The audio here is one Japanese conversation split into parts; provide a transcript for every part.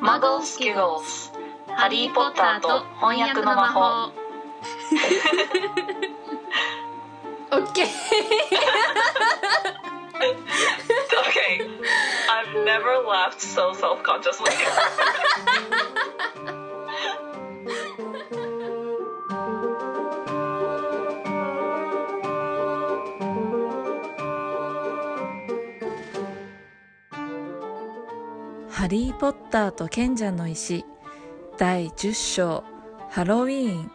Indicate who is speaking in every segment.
Speaker 1: マゴスキュロスハリー・ポッターと翻訳の魔法
Speaker 2: オッケ
Speaker 1: Okay
Speaker 2: ー
Speaker 1: I've never laughed so self-consciously
Speaker 3: ハリー・ポッターと賢者の石第10章ハロウィーン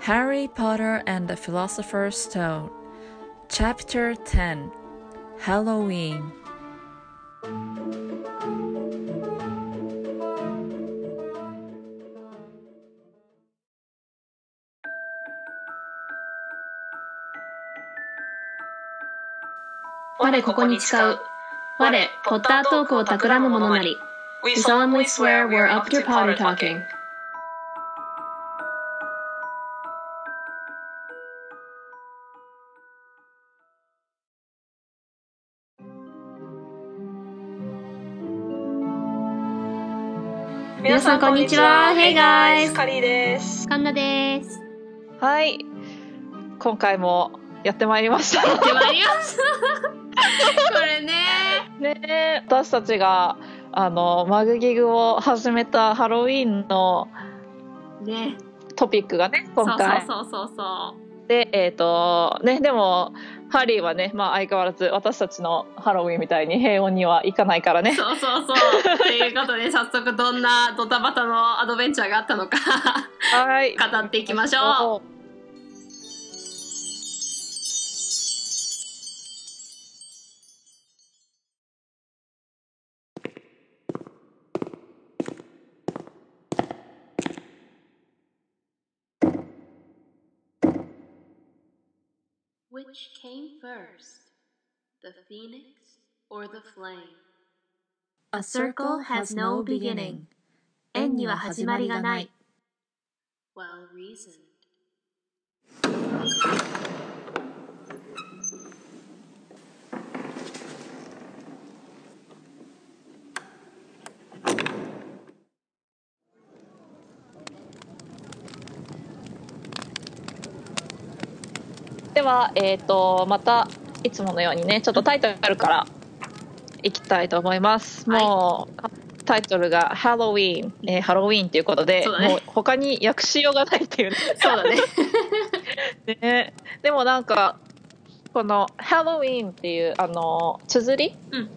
Speaker 3: Harry Potter and the Philosopher's Stone Chapter 10 Halloween
Speaker 2: 我ここに誓う我ポッタートークを企む者なり
Speaker 1: We
Speaker 2: We solemnly swear we're up to Potter talking 皆さんこんにちは Hey guys
Speaker 1: カリーです
Speaker 2: 神田です
Speaker 4: はい。今回もやってまいりま した。
Speaker 2: やってまいりましたこれね
Speaker 4: ねえ私たちが、あの、マグギグを始めたハロウィンの
Speaker 2: ね
Speaker 4: トピックがね、
Speaker 2: そう
Speaker 4: 今回。
Speaker 2: そうそうそうそ
Speaker 4: で、えっ、と、ね、でも、ハリーはね、まあ相変わらず私たちのハロウィンみたいに平穏にはいかないから
Speaker 2: う
Speaker 4: ね。
Speaker 2: そうそうそうということで早速どんなドタバタのアドベンチャーがあったのか
Speaker 4: はい。
Speaker 2: 語っていきましょう
Speaker 3: 円には始まりがない
Speaker 4: では、えっ、と、また、いつものようにね、ちょっとタイトルからいきたいと思います。
Speaker 2: はい
Speaker 4: もう、タイトルがハロウィン、えーハロウィンということで、
Speaker 2: そうだね
Speaker 4: もう他に訳しようがないっていう
Speaker 2: そうだね
Speaker 4: ね。 ねでもなんか、このハロウィンっていう、あの、綴り、
Speaker 2: うん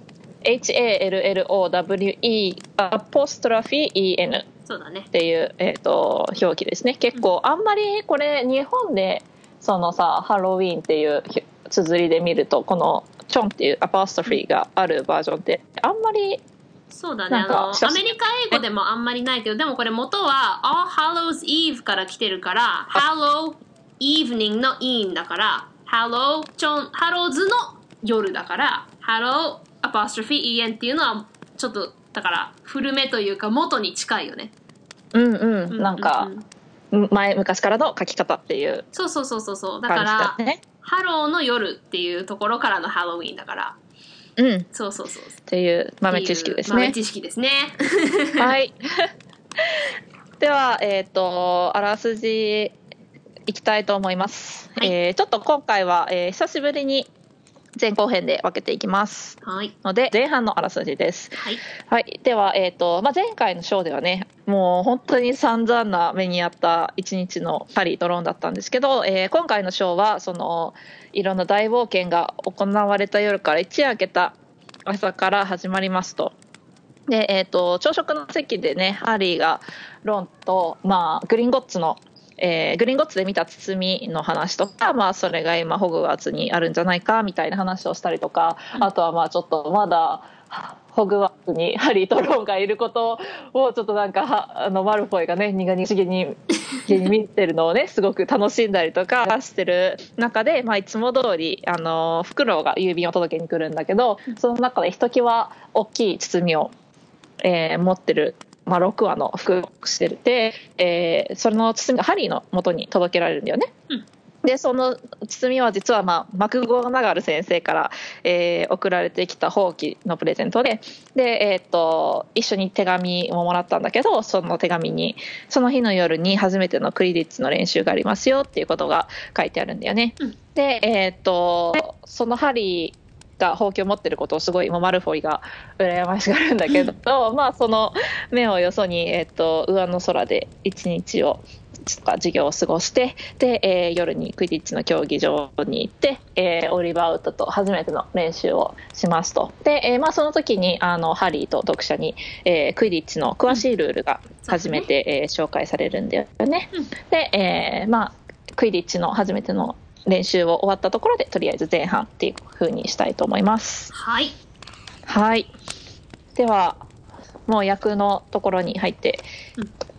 Speaker 4: HALLOWE アポストラフィー EN
Speaker 2: そうだね
Speaker 4: っていう、えー、と表記ですね結構あんまりこれ日本でそのさハロウィーンっていうひ綴りで見るとこのチョンっていうアパストフィーがあるバージョンってあんまり
Speaker 2: そうだね
Speaker 4: な
Speaker 2: あ
Speaker 4: んか
Speaker 2: の
Speaker 4: 写
Speaker 2: ア
Speaker 4: 真
Speaker 2: メリカ英語でもあんまりないけどでもこれ元は All Hallows Eve から来てるから Hallow Evening の in だから Hallow ちょん Hallows の夜だから Hallow apostrophe en っていうのはちょっとだから古めというか元に近いよね、
Speaker 4: うんうん、
Speaker 2: う
Speaker 4: なん
Speaker 2: う
Speaker 4: か
Speaker 2: う
Speaker 4: 前昔からの書き方っていう
Speaker 2: そうそうそうそうそうだか
Speaker 4: 感じだ
Speaker 2: ら
Speaker 4: ね
Speaker 2: ハローの夜っていうところからのハロウィーンだから
Speaker 4: うんっ
Speaker 2: そうそうそう
Speaker 4: ていう豆知識です
Speaker 2: っていう
Speaker 4: ね
Speaker 2: 豆知識ですね
Speaker 4: はい ではえっ、とあらすじいきたいと思います、
Speaker 2: はい
Speaker 4: えーちょっと今回は、えー久しぶりに前後編で分けていきます
Speaker 2: はい
Speaker 4: ので前半のあらすじです。
Speaker 2: はい
Speaker 4: はい、では、えーとまあ、前回のショーではねもう本当に散々な目にあった一日のパリドローンだったんですけど、えー今回のショーはそのいろんな大冒険が行われた夜から一夜明けた朝から始まりますと。でえー、と朝食の席でねハリーがロンと、まあ、グリンゴッツの、えーグリンゴッツで見た包みの話とか、まあ、それが今ホグワーツにあるんじゃないかみたいな話をしたりとかあとはまあちょっとまだホグワーツにハリーとロンがいることをちょっとなんかはあのマルフォイがね苦々しげにげに見てるのをねす ごく楽しんだりとかしてる中で、まあ、いつも通りあのフクロウが郵便を届けに来るんだけどその中でひときわ大きい包みを、えー持ってる、まあ、6羽のフクロウをしてて、えーその包みがハリーの元に届けられるんだよね。
Speaker 2: うん
Speaker 4: でその包みは実は、まあ、マクゴナガル先生から、えー送られてきたほうきのプレゼントでで、えー、と一緒に手紙をもらったんだけどその手紙にその日の夜に初めてのクリディッツの練習がありますよっていうことが書いてあるんだよね。
Speaker 2: うん
Speaker 4: で、えー、とそのハリーがほうきを持ってることをすごいもうマルフォイが羨ましがるんだけど、まあその目をよそに、えっと上の空で一日をとか授業を過ごしてで、えー夜にクイディッチの競技場に行って、えーオリバー・ウッドと初めての練習をしますとで、えーまあ、その時にあのハリーと読者に、えークイディッチの詳しいルールが初めて、えー紹介されるんだよね。で、えーまあ、クイディッチの初めての練習を終わったところでとりあえず前半っていう風にしたいと思います。
Speaker 2: はい
Speaker 4: はい。では、もう役のところに入って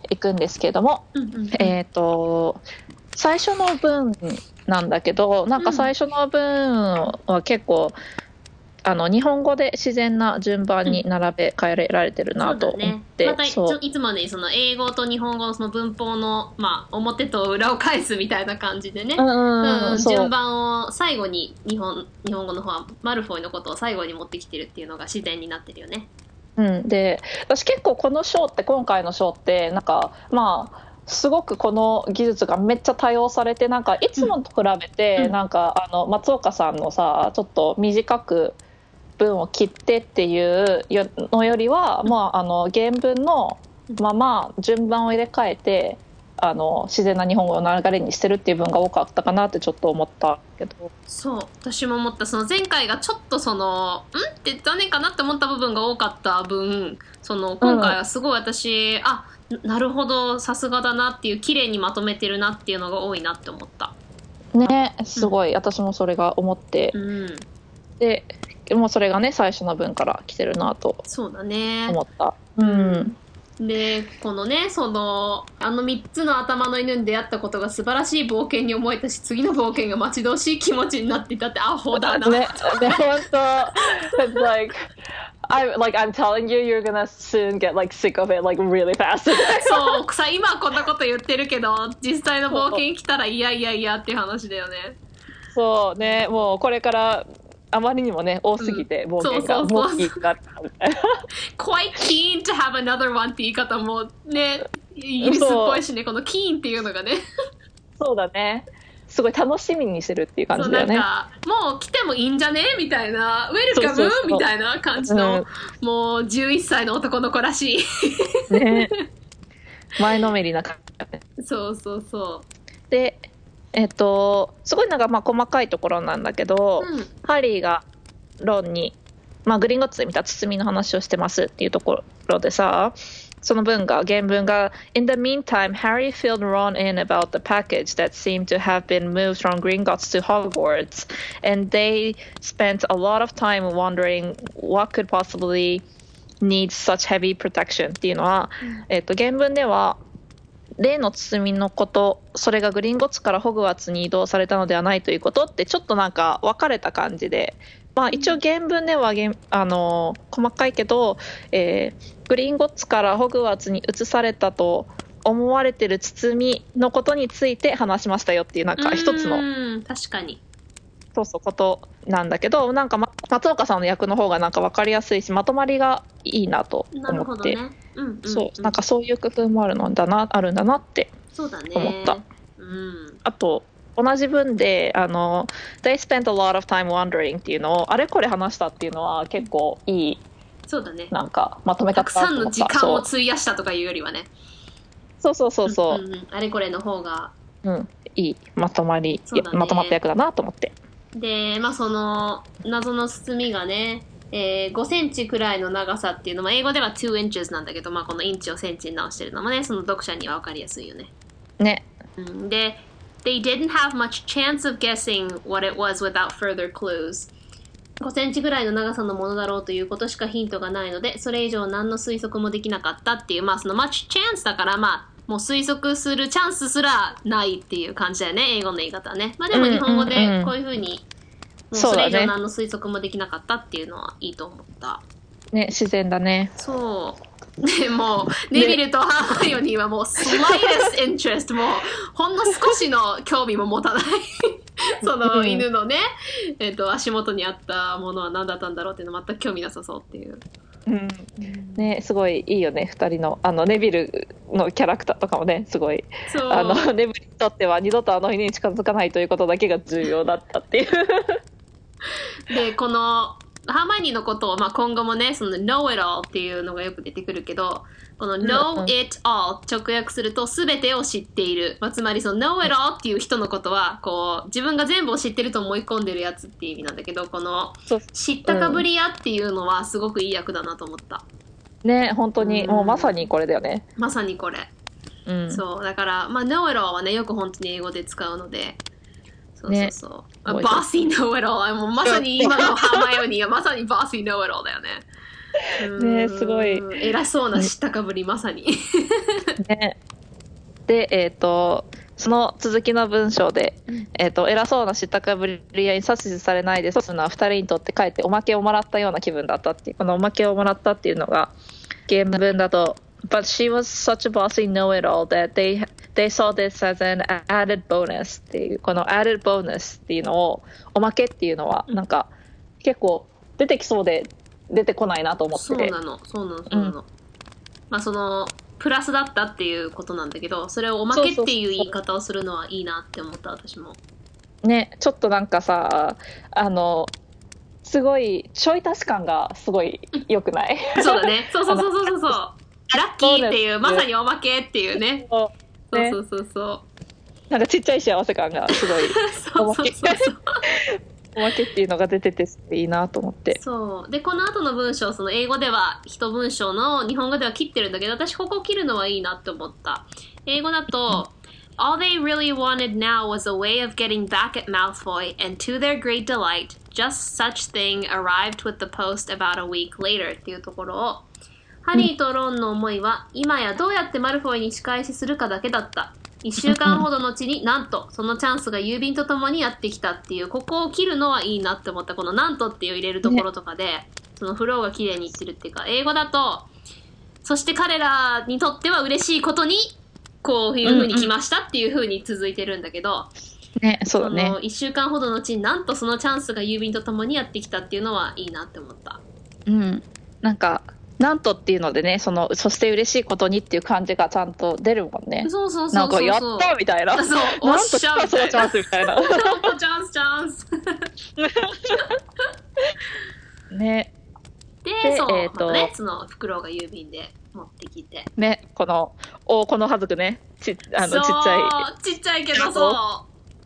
Speaker 4: いくんですけども、
Speaker 2: うんうん
Speaker 4: えっ、と、最初の文なんだけど、なんか最初の文は結構、あの日本語で自然な順番に並べ替えられてる
Speaker 2: そ
Speaker 4: な
Speaker 2: う
Speaker 4: と
Speaker 2: だ
Speaker 4: 思っ
Speaker 2: ね。
Speaker 4: て、
Speaker 2: またちょいつもねその英語と日本語のその文法の、まあ、表と裏を返すみたいな感じでね、
Speaker 4: うんうんうん
Speaker 2: うん
Speaker 4: そう
Speaker 2: 順番を最後に日本日本語の方はマルフォイのことを最後に持ってきてるっていうのが自然になってるよね。
Speaker 4: うん、で私結構このショーって今回のショーってなんかまあすごくこの技術がめっちゃ多用されてなんかいつもと比べて、
Speaker 2: うん
Speaker 4: なんかあの松岡さんのさちょっと短く文を切ってっていうよのよりは、まあ、あの原文のまま順番を入れ替えてあの自然な日本語の流れにしてるっていう文が多かったかなってちょっと思ったけど。
Speaker 2: そう私も思ったその前回がちょっとその「ん?」って残念かなって思った部分が多かった分その今回はすごい私、あななるほどさすがだなっていう綺麗にまとめてるなっていうのが多いなって思った。
Speaker 4: ね、すごい、私もそれが思って
Speaker 2: うん、
Speaker 4: でもうそれがね最初の文から来てるなと
Speaker 2: そうだね。
Speaker 4: 思ったうん
Speaker 2: でこのねそのあの3つの頭の犬に出会ったことが素晴らしい冒険に思えたし次の冒険が待ち遠しい気持ちになっていたってアホだな、
Speaker 4: ねね本当 It's like I like I'm telling you you're gonna soon get like sick of it like really fast
Speaker 2: そうさ今はこんなこと言ってるけど実際の冒険来たらいやいやいやっていう話だよね
Speaker 4: そうねもうこれからあまりにもね多すぎて冒険が
Speaker 2: そうそうそう
Speaker 4: 大きいからみたいな
Speaker 2: quite keen to have another one って言い方もねイギリスっぽいしねこの keen っていうのがね
Speaker 4: そうだねすごい楽しみにしてるっていう感
Speaker 2: そ
Speaker 4: じ
Speaker 2: う
Speaker 4: だ
Speaker 2: な
Speaker 4: よ
Speaker 2: ん
Speaker 4: ね
Speaker 2: かもう来てもいいんじゃねみたいなウェルカ
Speaker 4: そ
Speaker 2: ム
Speaker 4: うそうそう
Speaker 2: みたいな感じの、もう11歳の男の子らしい
Speaker 4: うんね前のめりな感じだね
Speaker 2: そうそうそ
Speaker 4: でえっとすごいなんかまあ細かいところなんだけど、
Speaker 2: う、うん、
Speaker 4: ハリーがロンに、まあ、グリンゴッツで見た包みの話をしてますっていうところでさその文が原文が「In the meantime, Harry filled Ron in about the package that seemed to have been moved from Gringotts to Hogwarts, and they spent a lot of time wondering what could possibly need such heavy protection」っていうのは、えっと原文では「例の包みのことそれがグリンゴッツからホグワーツに移動されたのではないということってちょっとなんか分かれた感じで、まあ、一応原文では原あの細かいけど、えーグリンゴッツからホグワーツに移されたと思われてる包みのことについて話しましたよっていうなんか一つの
Speaker 2: うん確かに
Speaker 4: そうそうことなんだけどなんかま松岡さんの役の方がなんか分かりやすいしまとまりがいいなと
Speaker 2: なる
Speaker 4: 思
Speaker 2: ほ
Speaker 4: っ
Speaker 2: ど
Speaker 4: て、
Speaker 2: ね、うんうんうん
Speaker 4: そうなんかそういう工夫もあるのだなあるんだなって
Speaker 2: そうだね
Speaker 4: 思った
Speaker 2: うん
Speaker 4: あと同じ文であの「They spent a lot of time wondering」っていうのをあれこれ話したっていうのは結構いい
Speaker 2: そうだね
Speaker 4: なんかまとめ
Speaker 2: た
Speaker 4: 方
Speaker 2: く
Speaker 4: だと
Speaker 2: さん
Speaker 4: 思
Speaker 2: の
Speaker 4: っ
Speaker 2: 時
Speaker 4: た
Speaker 2: 間を費やしたとかいうよりはね
Speaker 4: そうそうそうそうそう、
Speaker 2: んんんあれこれの方が
Speaker 4: うんいいまとまり、
Speaker 2: そうだね
Speaker 4: まとまった役だなと思って
Speaker 2: でまあその謎の包みがね、えー5センチくらいの長さっていうのも英語では2 inches なんだけど、まあ、このインチをセンチに直してるのもねその読者には分かりやすいよね
Speaker 4: ね
Speaker 2: うんで They didn't have much chance of guessing what it was without further clues 5センチぐらいの長さのものだろうということしかヒントがないのでそれ以上何の推測もできなかったっていうまあその much chance だからまあもう推測するチャンスすらないっていう感じだよね英語の言い方はねまあでも
Speaker 4: うん
Speaker 2: 日本語で
Speaker 4: うんうん
Speaker 2: こういうふうにもう
Speaker 4: そう
Speaker 2: そ
Speaker 4: だ
Speaker 2: れ
Speaker 4: ね
Speaker 2: 以上何の推測もできなかったっていうのはいいと思った
Speaker 4: ね自然だね
Speaker 2: そうでもうネビルとハーマイオニーはもうスライデスインテレストもうほんの少しの興味も持たない その犬のね、えっと足元にあったものは何だったんだろうっていうの全く興味なさそうっていう
Speaker 4: うんね、すごいいいよね二人のあのネビルのキャラクターとかもねすごい
Speaker 2: そう
Speaker 4: あの ネビルにとっては二度とあの犬に近づかないということだけが重要だったっていう
Speaker 2: でこのハーマイオニーのことを、まあ、今後もねその know it all っていうのがよく出てくるけどこの know
Speaker 4: うん
Speaker 2: it all 直訳すると全てを知っている、まあ、つまりその know it all っていう人のことはこう自分が全部を知ってると思い込んでるやつっていう意味なんだけどこの
Speaker 4: そう
Speaker 2: 知ったかぶり屋っていうのはすごくいい役だなと思った、
Speaker 4: ね本当に、
Speaker 2: うん
Speaker 4: もうまさにこれだよね
Speaker 2: まさにこれ、
Speaker 4: うん
Speaker 2: そうだからまあ know it all はねよく本当に英語で使うのでそうそう
Speaker 4: ね
Speaker 2: そう、あ
Speaker 4: 覚えてる
Speaker 2: bossy know it all もうまさに今のハーマイオニーはまさに bossy know it all だよね
Speaker 4: ね
Speaker 2: うん
Speaker 4: すごい
Speaker 2: 偉そうな知ったかぶりまさに
Speaker 4: ね、で、えー、とその続きの文章で、えー、と偉そうな知ったかぶり屋に指図されないでそうするのは2人にとってかえっておまけをもらったような気分だったっていうこのおまけをもらったっていうのが原文だと「But she was such a bossy know-it-all that they, they saw this as an added bonus」っていうこの「added bonus」っていうのをおまけっていうのはなんか結構出てきそうで出てこないなと思って
Speaker 2: そうなのそうなのそうなの、まあそのプラスだったっていうことなんだけどそれをおまけっていう言い方をするのはいいなって思った私も
Speaker 4: ねちょっとなんかさあのすごいちょい足し感がすごい良くない
Speaker 2: そうだねそうそうそうそ うそうそうラッキーっていうまさにおまけって いうねそう
Speaker 4: ね
Speaker 2: そうそうそう
Speaker 4: なんかちっちゃい幸せ感がす ごい
Speaker 2: そうそうそうそう
Speaker 4: おまけっていうのが出てていいなと思って
Speaker 2: そうでこの後の文章その英語では一文章の日本語では切ってるんだけど私ここを切るのはいいなって思った英語だと All they really wanted now was a way of getting back at Malfoy, and to their great delight, just such thing arrived with the post about a week later っていうところを、ハリーとロンの思いは、今やどうやってマルフォイに仕返しするかだけだった。1週間ほどのうちになんとそのチャンスが郵便とともにやってきたっていうここを切るのはいいなって思ったこの「なんと」っていう入れるところとかで、そのフローが綺麗にいってるっていうか英語だとそして彼らにとっては嬉しいことにこういうふうに来ましたっていうふうに続いてるんだけど、
Speaker 4: ねそうだ
Speaker 2: そ
Speaker 4: ね
Speaker 2: の1週間ほどのうちになんとそのチャンスが郵便とともにやってきたっていうのはいいなって思った。
Speaker 4: うんなんかなんとっていうのでねそのそして嬉しいことにっていう感じがちゃんと出るもんね
Speaker 2: そうそうそうそう
Speaker 4: なんかやったみ たいな
Speaker 2: そうお
Speaker 4: な
Speaker 2: っ
Speaker 4: んと
Speaker 2: し
Speaker 4: し
Speaker 2: ゃ
Speaker 4: た
Speaker 2: み
Speaker 4: そ
Speaker 2: た
Speaker 4: の
Speaker 2: い
Speaker 4: チャ
Speaker 2: な
Speaker 4: ンスみたいな
Speaker 2: チャンスチャンス
Speaker 4: ね
Speaker 2: で
Speaker 4: で
Speaker 2: そう、
Speaker 4: えーと
Speaker 2: またねその袋が郵便で持ってきて
Speaker 4: ねこのおこのはずくねちあのちっちゃ
Speaker 2: いちっちゃいけどそう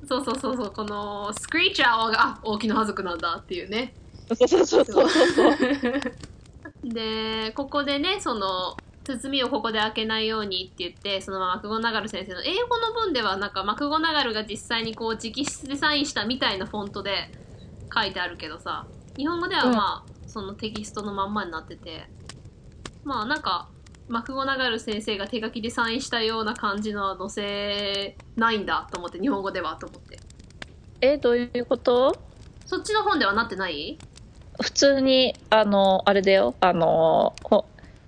Speaker 2: そうそうそうそうこのスクリーチャーがあ大きなはずくなんだっていうね
Speaker 4: いそうそうそうそうそう そう
Speaker 2: でここでねその包をここで開けないようにって言ってそのままマクゴナガル先生の英語の文ではなんかマクゴナガルが実際にこう直筆でサインしたみたいなフォントで書いてあるけどさ日本語ではまあ、そのテキストのまんまになっててまあなんかマクゴナガル先生が手書きでサインしたような感じのは載せないんだと思って日本語ではと思って
Speaker 4: えどういうこと
Speaker 2: そっちの本ではなってない
Speaker 4: 普通にあのあれだよあのほ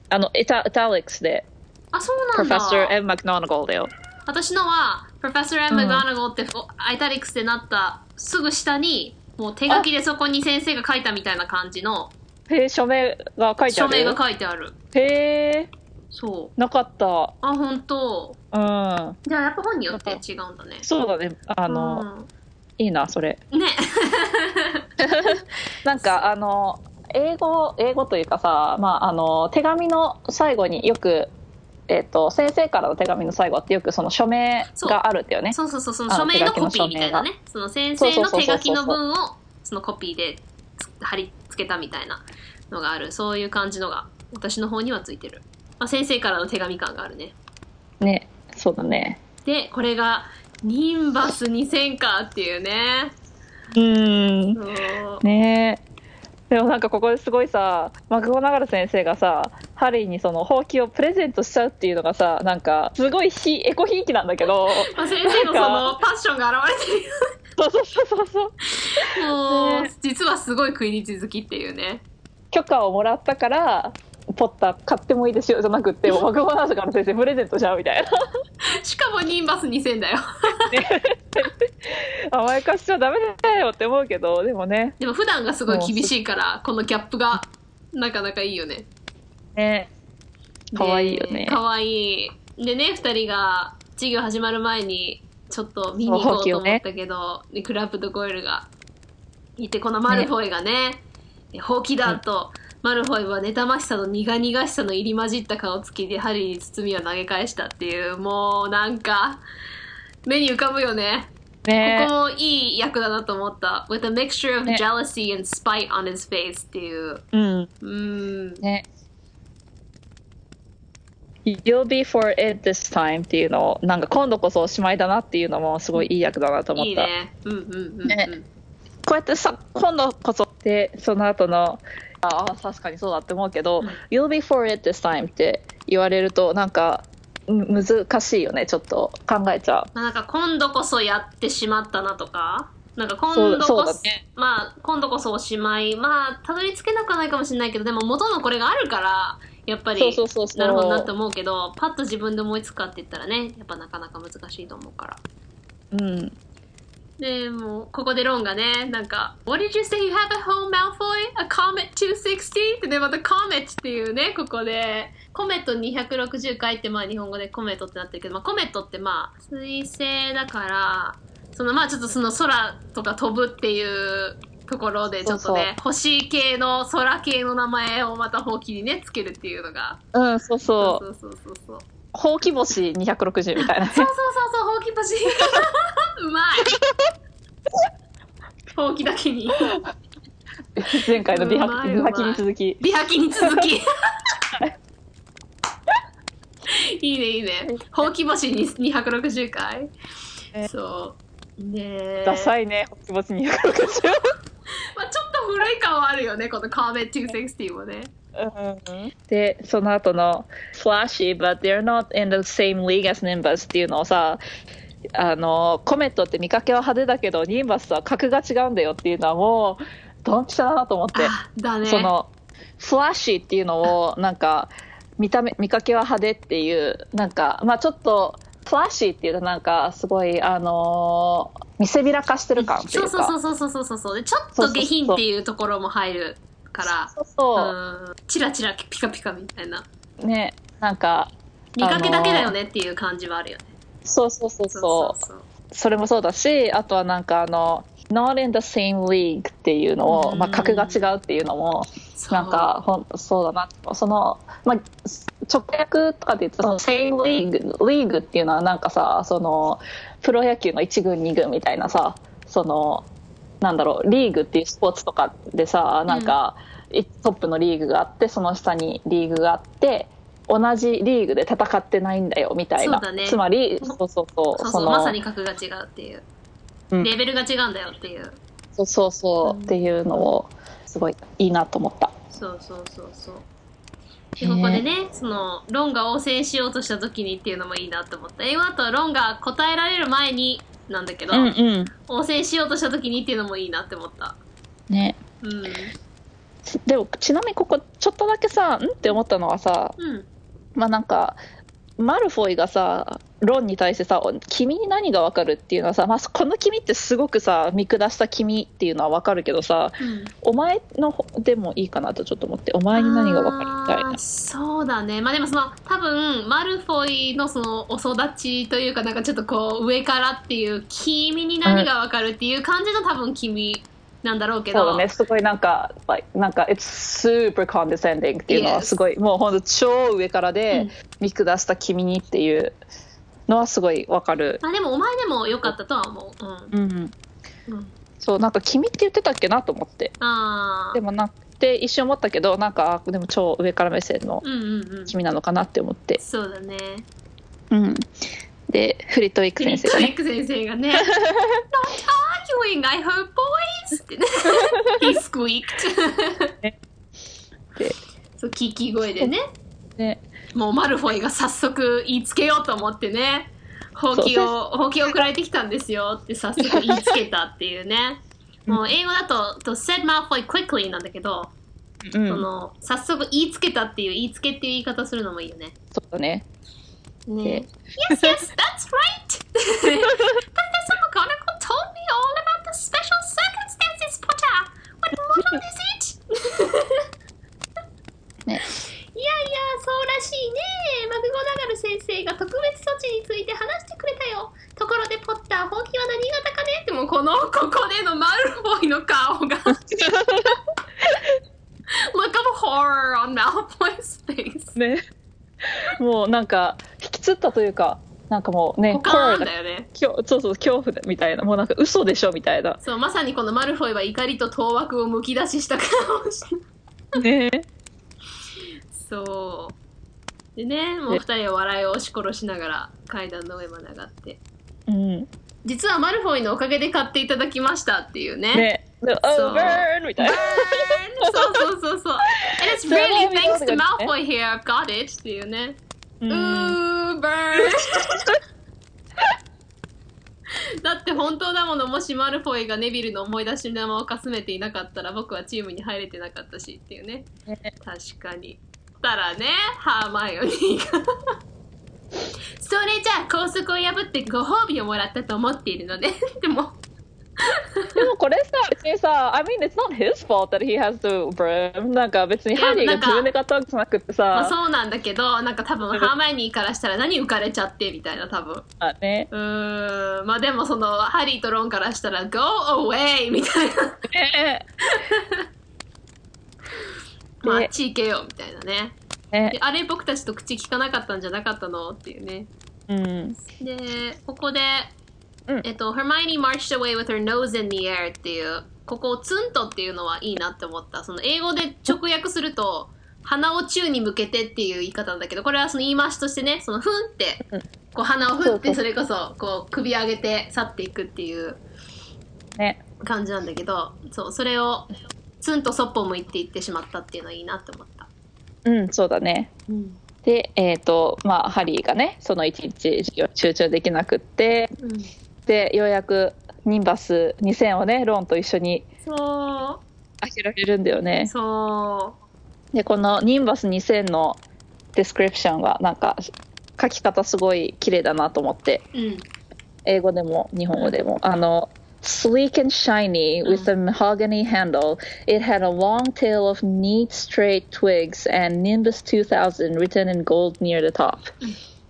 Speaker 4: あのイタイタリックスで
Speaker 2: あそうなんだ
Speaker 4: Professor M. McGonagall だよ
Speaker 2: 私のは Professor
Speaker 4: う
Speaker 2: M.
Speaker 4: ん
Speaker 2: McGonagall ってこうアイタリックスでなったすぐ下にもう手書きでそこに先生が書いたみたいな感じの
Speaker 4: へえ署名が書いてあ
Speaker 2: 署
Speaker 4: る
Speaker 2: 名が書いてある
Speaker 4: へえ
Speaker 2: そう
Speaker 4: なかった
Speaker 2: あ本当
Speaker 4: うん
Speaker 2: じゃあやっぱ本によって違うんだね
Speaker 4: そうだねあの、いいなそれ
Speaker 2: うんね
Speaker 4: なんかあの英語英語というかさ、まあ、あの手紙の最後によく、えっと先生からの手紙の最後ってよくその署名があるんだよね
Speaker 2: そうそうそうその
Speaker 4: あ
Speaker 2: 署名のコ
Speaker 4: 手書
Speaker 2: ピ
Speaker 4: きの署
Speaker 2: ー
Speaker 4: 名が
Speaker 2: みたいなねその先生の
Speaker 4: そうそうそうそう
Speaker 2: 手書きの文をそのコピーでつ貼り付けたみたいなのがあるそういう感じのが私の方にはついてる、まあ、先生からの手紙感があるね
Speaker 4: ねそうだね
Speaker 2: でこれがニンバス2000かっていうね
Speaker 4: うん
Speaker 2: そう
Speaker 4: ねえでもなんかここですごいさマクゴナガル先生がさハリーにそのほうきをプレゼントしちゃうっていうのがさなんかすごいひエコひいきなんだけど
Speaker 2: まあ、先生のそのパッションが現れて
Speaker 4: そうそうそうそうそう
Speaker 2: るよもう、
Speaker 4: ね
Speaker 2: 実はすごいクイニッチ好きっていうね
Speaker 4: 許可をもらったからポッター買ってもいいですよじゃなくってワグマナーズから先生プレゼントじゃんみたいな
Speaker 2: しかもニンバス2000だよ
Speaker 4: 甘やかしちゃダメだよって思うけどでもね
Speaker 2: でも普段がすごい厳しいからこのギャップがなかなかいいよね
Speaker 4: ね可愛いよ
Speaker 2: で
Speaker 4: ね
Speaker 2: 可愛いでね2人が授業始まる前にちょっと見に行こうと思ったけど、でクラップとゴイルがいてこのマルフォイがねでほうきだと、マルフォイは妬ましさと苦々しさの入り混じった顔つきで針に包みを投げ返したっていうもうなんか目に浮かぶよねこ
Speaker 4: ね
Speaker 2: こもいい役だなと思った。With a mixture of
Speaker 4: ね
Speaker 2: jealousy and spite on his face っていう。
Speaker 4: うん
Speaker 2: うーん。
Speaker 4: ね You'll be for it this time っていうのをなんか今度こそおしまいだなっていうのもすごいいい役だなと思った
Speaker 2: いいね。うんうんうん、うん
Speaker 4: ねこうやってさ今度こそってその後のああ確かにそうだって思うけど「You'll be for it this time」って言われるとなんかん難しいよねちょっと考えちゃ
Speaker 2: まあなんか今度こそやってしまったなとか。なんか今度こ
Speaker 4: そう
Speaker 2: そ
Speaker 4: だそうだね
Speaker 2: まあ今度こそおしまい。まあたどり着けなくはないかもしれないけど、でも元のこれがあるから、やっぱ
Speaker 4: う
Speaker 2: り。
Speaker 4: そうそうそうそう
Speaker 2: なるほどなって思うけど、パッと自分で思いつくかって言ったらね、やっぱなかなか難しいと思うから。
Speaker 4: うん
Speaker 2: でもうここでロンがねなんか「What did you say you have at home, Malfoy? A Comet 260?」ってねまた「Comet」っていうねここで「コメット260回」ってまあ日本語で「コメット」ってなってるけど、まあ、コメットってまあ彗星だからそのまあちょっとその空とか飛ぶっていうところでちょっとね
Speaker 4: そう
Speaker 2: 星系の空系の名前をまたほうきにねつけるっていうのが
Speaker 4: うんそうそう
Speaker 2: そうそうそうそう
Speaker 4: ほうき星260みたいなね
Speaker 2: そうそうそうそう、ほうき星。うまい。ほうきだけに。
Speaker 4: 前回の美
Speaker 2: うまい
Speaker 4: 白
Speaker 2: う
Speaker 4: 美
Speaker 2: まい
Speaker 4: 白に続き
Speaker 2: 美白に続き。いいね、いいね。ほうき星に260回。
Speaker 4: ね
Speaker 2: そう。ねえ
Speaker 4: ダサいねほうき星260
Speaker 2: まあちょっと古い感はあるよね、このカーメン260もね。
Speaker 4: でその後の「Flashy but they're not in the same league as Nimbus」っていうのをさあのコメットって見かけは派手だけどニンバスは格が違うんだよっていうのはもうドンピシャだなと思って、
Speaker 2: あ、だね。
Speaker 4: その「Flashy」っていうのをなんか見た目見かけは派手っていうなんかまあちょっと「Flashy」っていうとなんかすごいあのー見せびらかしてる感っていう
Speaker 2: そ
Speaker 4: か
Speaker 2: うそうそうそうそうそうそう。で、ちょっと下品っていうところも入るから。
Speaker 4: そうそう
Speaker 2: うん。チラチラピカピカみたいな。
Speaker 4: ねなんか
Speaker 2: 見かけだけだよ
Speaker 4: あのー
Speaker 2: ねっていう感じはあるよね。
Speaker 4: そうそうそうそう
Speaker 2: そうそう
Speaker 4: それもそうだしあとはなんかあの「Not in the same league」っていうのを、
Speaker 2: うん
Speaker 4: まあ、格が違うっていうのも
Speaker 2: そう
Speaker 4: なんかほんそうだなその、まあ、直訳とかで言うとその「same league」リーグっていうのはなんかさそのプロ野球の1軍2軍みたいなさそのなんだろうリーグっていうスポーツとかでさなんか、いトップのリーグがあってその下にリーグがあって同じリーグで戦ってないんだよみたいな
Speaker 2: そうだね
Speaker 4: つまりそうそうそう
Speaker 2: そう
Speaker 4: そ
Speaker 2: そう
Speaker 4: の
Speaker 2: まさに格が違うっていう、
Speaker 4: うん
Speaker 2: レベルが違うんだよっていう
Speaker 4: そうそうそう、
Speaker 2: うん
Speaker 4: っていうのをすごいいいなと思った。
Speaker 2: そうそうそうそうでここでねそのロンが応戦しようとした時にっていうのもいいなと思った英語だとロンが答えられる前になんだけど、
Speaker 4: うん。
Speaker 2: 応戦しようとした時にっていうのもいいなって思った
Speaker 4: ね。
Speaker 2: うん
Speaker 4: でもちなみにここちょっとだけさ、んって思ったのはさ、
Speaker 2: うん
Speaker 4: まあなんかマルフォイがさ、ロンに対してさ、君に何がわかるっていうのはさ、まあこの君ってすごくさ、見下した君っていうのはわかるけどさ、
Speaker 2: うん
Speaker 4: お前の方でもいいかなとちょっと思って、お前に何がわかるみたい
Speaker 2: あ
Speaker 4: な
Speaker 2: ー。そうだねまあでもその多分マルフォイのそのお育ちというかなんかちょっとこう上からっていう君に何がわかるっていう感じの多分君なんだろうけ
Speaker 4: そう
Speaker 2: ど
Speaker 4: だね、すごいなんか、like なんか、it's super condescending っていうの
Speaker 2: Yes.
Speaker 4: はすごい、もうほんと超上からで、
Speaker 2: うん
Speaker 4: 見下した君にっていうのはすごいわかる。
Speaker 2: まあでもお前でも良かったとは思ううん
Speaker 4: うん。
Speaker 2: うん
Speaker 4: そう、なんか君って言ってたっけなと思って。
Speaker 2: あ
Speaker 4: で
Speaker 2: あ
Speaker 4: もなって一瞬思ったけど、なんか、あでも超上から目線の
Speaker 2: うんうんうん
Speaker 4: 君なのかなって思って。
Speaker 2: そうだね
Speaker 4: うん。で、フリットウィック
Speaker 2: クリ
Speaker 4: 先生
Speaker 2: ット
Speaker 4: が
Speaker 2: ウ
Speaker 4: ね
Speaker 2: ィッ。ク先生がね Not arguing I heard boys ってね He squeaked
Speaker 4: ねで
Speaker 2: そう聞き声でね
Speaker 4: ね
Speaker 2: もうマルフォイが早速言いつけようと思ってね、ほうきを、ほうきをくらえてきたんですよって早速言いつけたっていうね。もう英語だと、と said Malfoy quickly なんだけど、
Speaker 4: うん
Speaker 2: その早速言いつけたっていう言いつけっていう言い方するのもいいよね。
Speaker 4: そうだ ね
Speaker 2: ね
Speaker 4: で
Speaker 2: Yes, yes, that's right! Professor McGonagall told me all about the special circumstances, Potter! What model is it?
Speaker 4: ね
Speaker 2: いやいや、そうらしいね。マクゴナガル先生が特別措置について話してくれたよ。ところで、ポッター、ほうきは何型かねってもうこの、ここでのマルフォイの顔が。Look of horror on Malfoy's face.
Speaker 4: ね もうなんか引きつったというかなんかもうね
Speaker 2: ポカ
Speaker 4: 怖
Speaker 2: ーン
Speaker 4: い
Speaker 2: だよね。
Speaker 4: きょそうそう恐怖だみたいなもうなんか嘘でしょみたいな
Speaker 2: そうまさにこのマルフォイは怒りと当惑をむき出しした顔をして
Speaker 4: ね
Speaker 2: そうでねもう二人は笑いを押し殺しながら階段の上まで上がって
Speaker 4: うん
Speaker 2: 実はマルフォイのおかげで買っていただきましたっていうね
Speaker 4: ねで「
Speaker 2: そ
Speaker 4: Oh
Speaker 2: う
Speaker 4: burn!」みたいな
Speaker 2: そうそうそう そう And it's really thanks to Malfoy here I've got it っていうね
Speaker 4: う
Speaker 2: うーバーン だって本当だものもしマルフォイがネビルの思い出しの名をかすめていなかったら僕はチームに入れてなかったしっていうね
Speaker 4: ね
Speaker 2: 確かにたらねハーマイオニーがそれじゃあ校則を破ってご褒美をもらったと思っているので でも
Speaker 4: でもこれさ別にさ I mean it's not his fault that he has to burn なんか別にハリーが自分で買ったわけじゃなくって
Speaker 2: まあ
Speaker 4: さ
Speaker 2: そうなんだけどなんか多分ハーマイオニーからしたら何浮かれちゃってみたいな多分
Speaker 4: まあね
Speaker 2: うーんまあでもそのハリーとロンからしたら Go away! みたいな
Speaker 4: ね
Speaker 2: まああっち行けよみたいなねで
Speaker 4: ね
Speaker 2: あれ僕たちと口聞かなかったんじゃなかったのっていうね
Speaker 4: うん
Speaker 2: でここで、
Speaker 4: うん
Speaker 2: えっと Hermione marched away with her nose in the air っていうここをツンとっていうのはいいなって思ったその英語で直訳すると鼻を宙に向けてっていう言い方なんだけどこれはその言い回しとしてねそのふんって
Speaker 4: うん
Speaker 2: こう鼻をふんっ
Speaker 4: そ
Speaker 2: て
Speaker 4: う
Speaker 2: それこそこう首上げて去っていくっていう
Speaker 4: ね
Speaker 2: 感じなんだけどそうそれをツンとそっぽを向いていってしまったっていうのはいいなって思った、
Speaker 4: うんそうだね
Speaker 2: うん
Speaker 4: でえっ、とまあハリーがねその一日授業に集中できなくって
Speaker 2: うん、
Speaker 4: でようやくニンバス2000をねロンと一緒に
Speaker 2: そう
Speaker 4: 開けられるんだよね
Speaker 2: そ
Speaker 4: でこのニンバス2000のディスクリプションがなんか書き方すごい綺麗だなと思って
Speaker 2: う、うん、
Speaker 4: 英語でも日本語でも、あの Sleek and shiny with a mahogany handle, it had a long tail of neat straight twigs and Nimbus 2000 written in gold near the top. っ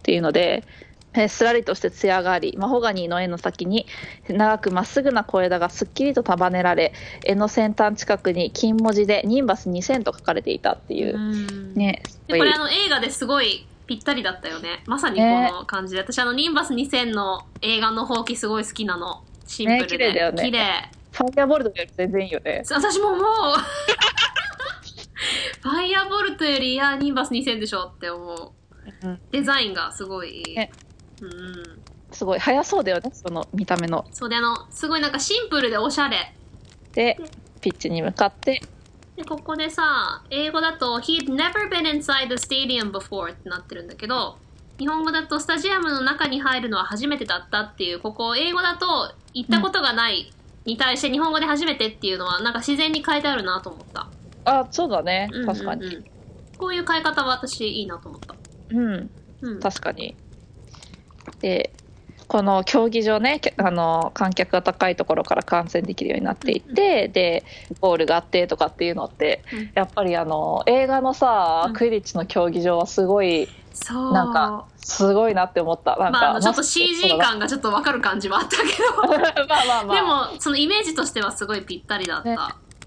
Speaker 4: ていうので、えーすらりとして艶があり、マホガニーの絵の先に長くまっすぐな小枝がすっきりと束ねられ、絵の先端近くに金文字でニンバス2000と書かれていたっていうう。
Speaker 2: ん
Speaker 4: ね、すご
Speaker 2: でこれ
Speaker 4: い
Speaker 2: あの映画ですごいぴったりだったよねまさにこの感じで、私あの「ニンバス2000」の映画のほうきすごい好きなのシンプルで、
Speaker 4: ね綺麗だよね
Speaker 2: 綺麗
Speaker 4: ファイアボルトより全然いいよね。
Speaker 2: 私ももう ファイアボルトよりいやニンバス2000でしょって思う、
Speaker 4: うん
Speaker 2: デザインがすごいいい、
Speaker 4: ね
Speaker 2: うん
Speaker 4: すごい早そうだよね、その見た目の。
Speaker 2: そうであのすごいなんかシンプルでおしゃれ
Speaker 4: で、ピッチに向かって、
Speaker 2: でここでさ英語だと「He'd never been inside the stadium before」ってなってるんだけど日本語だとスタジアムの中に入るのは初めてだったっていうここ英語だと行ったことがないに対して日本語で初めてっていうのはなんか自然に書いてあるなと思った、
Speaker 4: あ、そうだね
Speaker 2: うんうんう、ん
Speaker 4: 確かに。
Speaker 2: こういう変え方は私いいなと思った、
Speaker 4: うん、
Speaker 2: うん、
Speaker 4: 確かに。で、この競技場ね、けあの観客が高いところから観戦できるようになっていて、で、ゴールがあってとかっていうのって、
Speaker 2: うん
Speaker 4: やっぱりあの映画のさ
Speaker 2: う、ん
Speaker 4: クイディッチの競技場はすごい、
Speaker 2: そう
Speaker 4: なんかすごいなって思った。なんか、
Speaker 2: まああのちょっと
Speaker 4: マスク
Speaker 2: CG 感がちょっとわかる感じはあったけど
Speaker 4: まあ まあまあ。
Speaker 2: でもそのイメージとしてはすごいぴったりだった、
Speaker 4: ね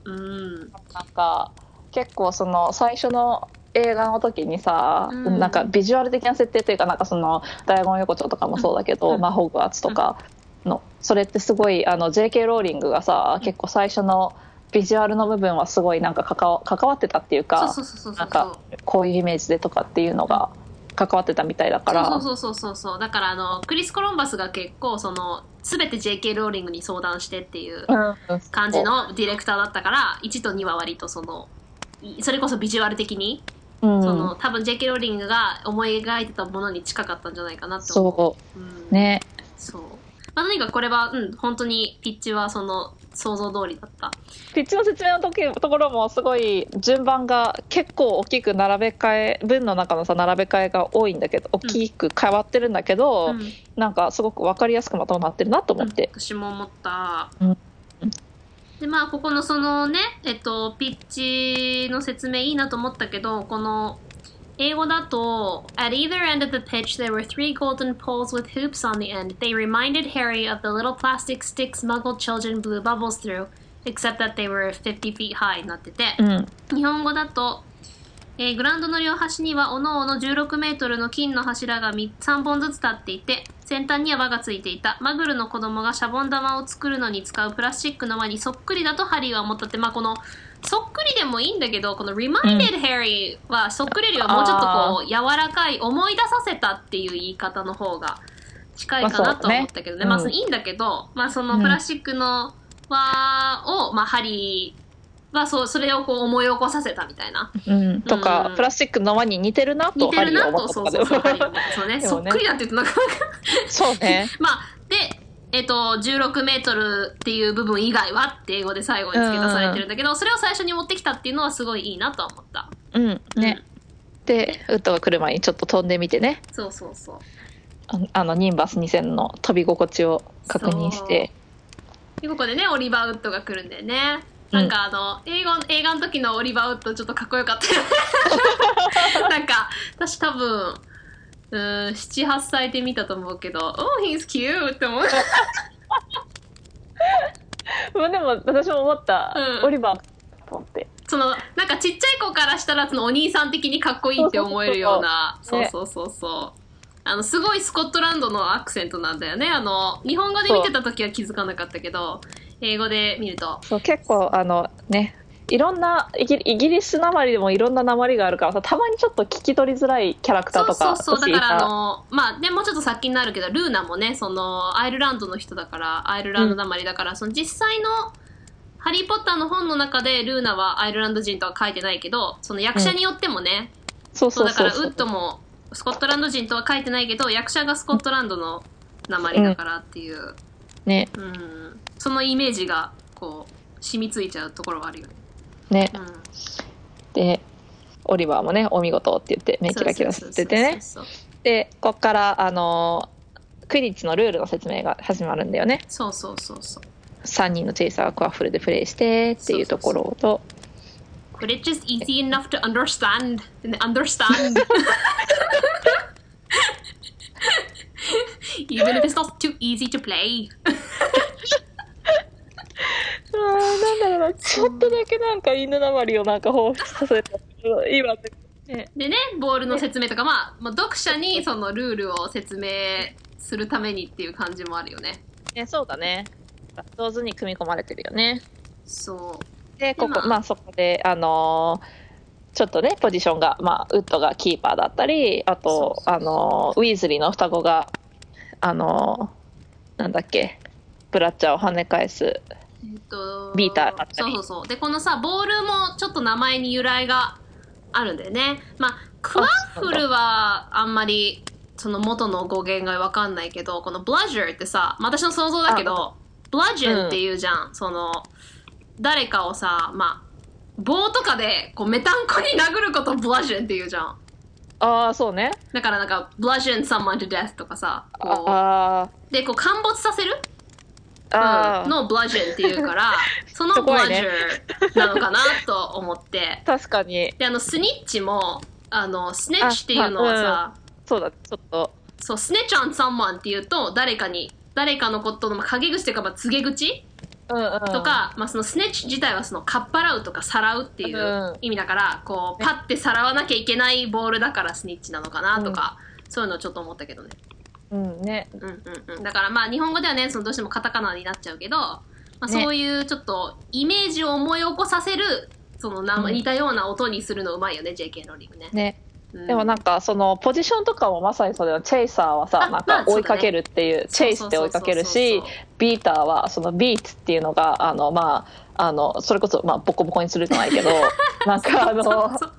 Speaker 2: うん
Speaker 4: なんか結構その最初の映画の時にさ、
Speaker 2: うん
Speaker 4: なんかビジュアル的な設定というかなんかその「ダイアゴン横丁」とかもそうだけど「
Speaker 2: うん
Speaker 4: まあ、ホグワーツ」とかのそれってすごいあの JK ローリングがさ結構最初のビジュアルの部分はすごいなんか関わ関わってたっていう
Speaker 2: そう
Speaker 4: か
Speaker 2: そうそうそうそ
Speaker 4: なん
Speaker 2: うそう
Speaker 4: かこういうイメージでとかっていうのが関わってたみたいだから
Speaker 2: そうそうそうそうそうそうだからあのクリス・コロンバスが結構その全て JK ローリングに相談してっていう
Speaker 4: うん
Speaker 2: 感じのディレクターだったから1と2は割とそのいそれこそビジュアル的に、
Speaker 4: うん
Speaker 2: その多分 JK ローリングが思い描いてたものに近かったんじゃないかなって思う、
Speaker 4: そう
Speaker 2: ん、
Speaker 4: うね
Speaker 2: そう、まあ、何かくこれは、うん、本当にピッチはその想像通りだった
Speaker 4: ピッチの説明の時ところもすごい順番が結構大きく並べ替え文の中のさ並べ替えが多いんだけど大きく変わってるんだけど、
Speaker 2: うん
Speaker 4: なんかすごく分かりやすくまとまってるなと思って、
Speaker 2: 私も思った、
Speaker 4: うん
Speaker 2: でまあここのそのねえっとピッチの説明いいなと思ったけどこの英語だと At either end of the pitch there were three golden poles with hoops on the end. They reminded Harry of the little plastic sticks smuggled children blew bubbles through, except that they were 50 feet high になってて、
Speaker 4: うん
Speaker 2: 日本語だと、えーグラウンドの両端にはおのおの16メートルの金の柱が3 3本ずつ立っていて先端には輪がついていたマグルの子供がシャボン玉を作るのに使うプラスチックの輪にそっくりだとハリーは思ったってまあこのそっくりでもいいんだけどこの「reminded Harry」はそっくりよりはもうちょっとこう柔らかい思い出させたっていう言い方の方が近いかなとは思ったけどね
Speaker 4: ま
Speaker 2: ま
Speaker 4: あ
Speaker 2: あ
Speaker 4: そうだ
Speaker 2: その
Speaker 4: ね
Speaker 2: いいんだけどまあその
Speaker 4: うん
Speaker 2: プラスチックの輪をまあハリーはそうそれをこう思い起こさせたみたいな
Speaker 4: うん、とか、
Speaker 2: うん
Speaker 4: プラスチックの輪に似てるなと
Speaker 2: 似て
Speaker 4: ハ
Speaker 2: る
Speaker 4: リーは
Speaker 2: な
Speaker 4: 思
Speaker 2: と
Speaker 4: った
Speaker 2: そ
Speaker 4: とかで
Speaker 2: うそうそうハリー
Speaker 4: も
Speaker 2: は思ったそうね
Speaker 4: で
Speaker 2: そ
Speaker 4: も
Speaker 2: っ
Speaker 4: ね
Speaker 2: くりだって言うとなんか
Speaker 4: そうね
Speaker 2: まあでえっと、16メートルっていう部分以外はって英語で最後に付け足されてるんだけど、それを最初に持ってきたっていうのはすごいいいなとは思った。
Speaker 4: うんね、でウッドが来る前にちょっと飛んでみてね
Speaker 2: そうそうそう。
Speaker 4: あのあのニンバス2000の飛び心地を確認して
Speaker 2: でここでねオリバーウッドが来るんだよね
Speaker 4: うん
Speaker 2: なんかあの、英語映画の時のオリバーウッドちょっとかっこよかったよ ねなんか私多分うーん78歳で見たと思うけど「Oh he's cute」って思う
Speaker 4: まあでも私も思った
Speaker 2: うん
Speaker 4: オリバーと思って
Speaker 2: そのなんかちっちゃい子からしたらそのお兄さん的にかっこいいって思えるような
Speaker 4: そ
Speaker 2: そうう
Speaker 4: そ
Speaker 2: そうそうそうあのすごいスコットランドのアクセントなんだよねあの日本語で見てた時は気づかなかったけど英語で見ると
Speaker 4: そう結構あのねいろんなイギリイギリスなまりでもいろんななまりがあるからさたまにちょっと聞き取りづらいキャラクターとか
Speaker 2: そうそうそう
Speaker 4: 私
Speaker 2: だからあ
Speaker 4: さ
Speaker 2: のまあねもうちょっと先になるけどルーナもねそのアイルランドの人だからアイルランドなまりだから、その実際の「ハリー・ポッター」の本の中でルーナはアイルランド人とは書いてないけどその役者によってもね、
Speaker 4: そう
Speaker 2: そ
Speaker 4: そうう
Speaker 2: だか
Speaker 4: そう
Speaker 2: ら
Speaker 4: そう
Speaker 2: ウッドもスコットランド人とは書いてないけど役者がスコットランドのなまりだからっていう、
Speaker 4: ね
Speaker 2: うん、そのイメージがこう染みついちゃうところはあるよね。
Speaker 4: ね
Speaker 2: うん
Speaker 4: でオリバーもねお見事って言って目キラキラさせててね
Speaker 2: そうそう
Speaker 4: でこっからあのクイディッチのルールの説明が始まるんだよね
Speaker 2: そうそうそうそうそう
Speaker 4: 3人のチェイサーがクワッフルでプレイしてっていうところと
Speaker 2: Quidditch is easy enough to understand. Understand. Even if it's not too easy to play.
Speaker 4: あーなんだろうなちょっとだけなんか犬なまりをなんか彷彿させた今ね
Speaker 2: でね、ボールの説明とか、まあ、まあ、読者にそのルールを説明するためにっていう感じもあるよね。
Speaker 4: ねそうだね上手に組み込まれてるよね
Speaker 2: そ
Speaker 4: でここ
Speaker 2: 今
Speaker 4: まあそこであのーちょっとねポジションが、まあ、ウッドがキーパーだったりあと
Speaker 2: そうそうそう
Speaker 4: あのーウィーズリーの双子があのーなんだっけブラッチャーを跳ね返す
Speaker 2: う。えっと、
Speaker 4: ビーターだった
Speaker 2: そ
Speaker 4: り
Speaker 2: うそうそう。で、このさ、ボールもちょっと名前に由来があるんだよね。まあ、クワッフルはあんまりその元の語源がわかんないけどこのブラジャーってさ、まあ私の想像だけどブラジャーっていうじゃん、その誰かをさまあ棒とかでこうメタンコに殴ることをブラジャーっていうじゃん
Speaker 4: ああそうね
Speaker 2: だからなんかブラジャー someone to death とかさこ
Speaker 4: あ
Speaker 2: うでこう陥没させる
Speaker 4: ーあー、
Speaker 2: うんのブラジャーっていうから その
Speaker 4: ちょっと
Speaker 2: ブ
Speaker 4: 怖い
Speaker 2: ラジ
Speaker 4: ね
Speaker 2: ャーなのかなと思って
Speaker 4: 確かに
Speaker 2: であのスニッチもあのスネッチっていうのは
Speaker 4: あ
Speaker 2: さ、
Speaker 4: そうだちょっと
Speaker 2: そう、スネちゃんサンマンっていうと、誰かに、誰かのことのまあ陰口というか、まあ、告げ口
Speaker 4: うんうん
Speaker 2: とか、まあ、そのスネッチ自体はそのかっぱらうとかさらうってい
Speaker 4: うん
Speaker 2: う意味だから、こうパッてさらわなきゃいけないボールだからスニッチなのかなとか、そういうのをちょっと思ったけどね、
Speaker 4: うんね
Speaker 2: うんうんうん、だからまあ日本語ではねそのどうしてもカタカナになっちゃうけど、まあ、
Speaker 4: ね
Speaker 2: そういうちょっとイメージを思い起こさせるそのな
Speaker 4: うん
Speaker 2: 似たような音にするのうまいよね JK ローリングね。
Speaker 4: ね
Speaker 2: うん
Speaker 4: でもなんかそのポジションとかもまさにそれのチェイサーはさ
Speaker 2: あ
Speaker 4: なん
Speaker 2: ま
Speaker 4: か
Speaker 2: あそうだね
Speaker 4: 追いかけるっていうチェイスって追いかけるし
Speaker 2: そうそうそうそうそう
Speaker 4: ビーターはそのビーツっていうのがあのまああのそれこそまあボコボコにするじゃないけ どなんかあ
Speaker 2: そうそ
Speaker 4: の
Speaker 2: うそう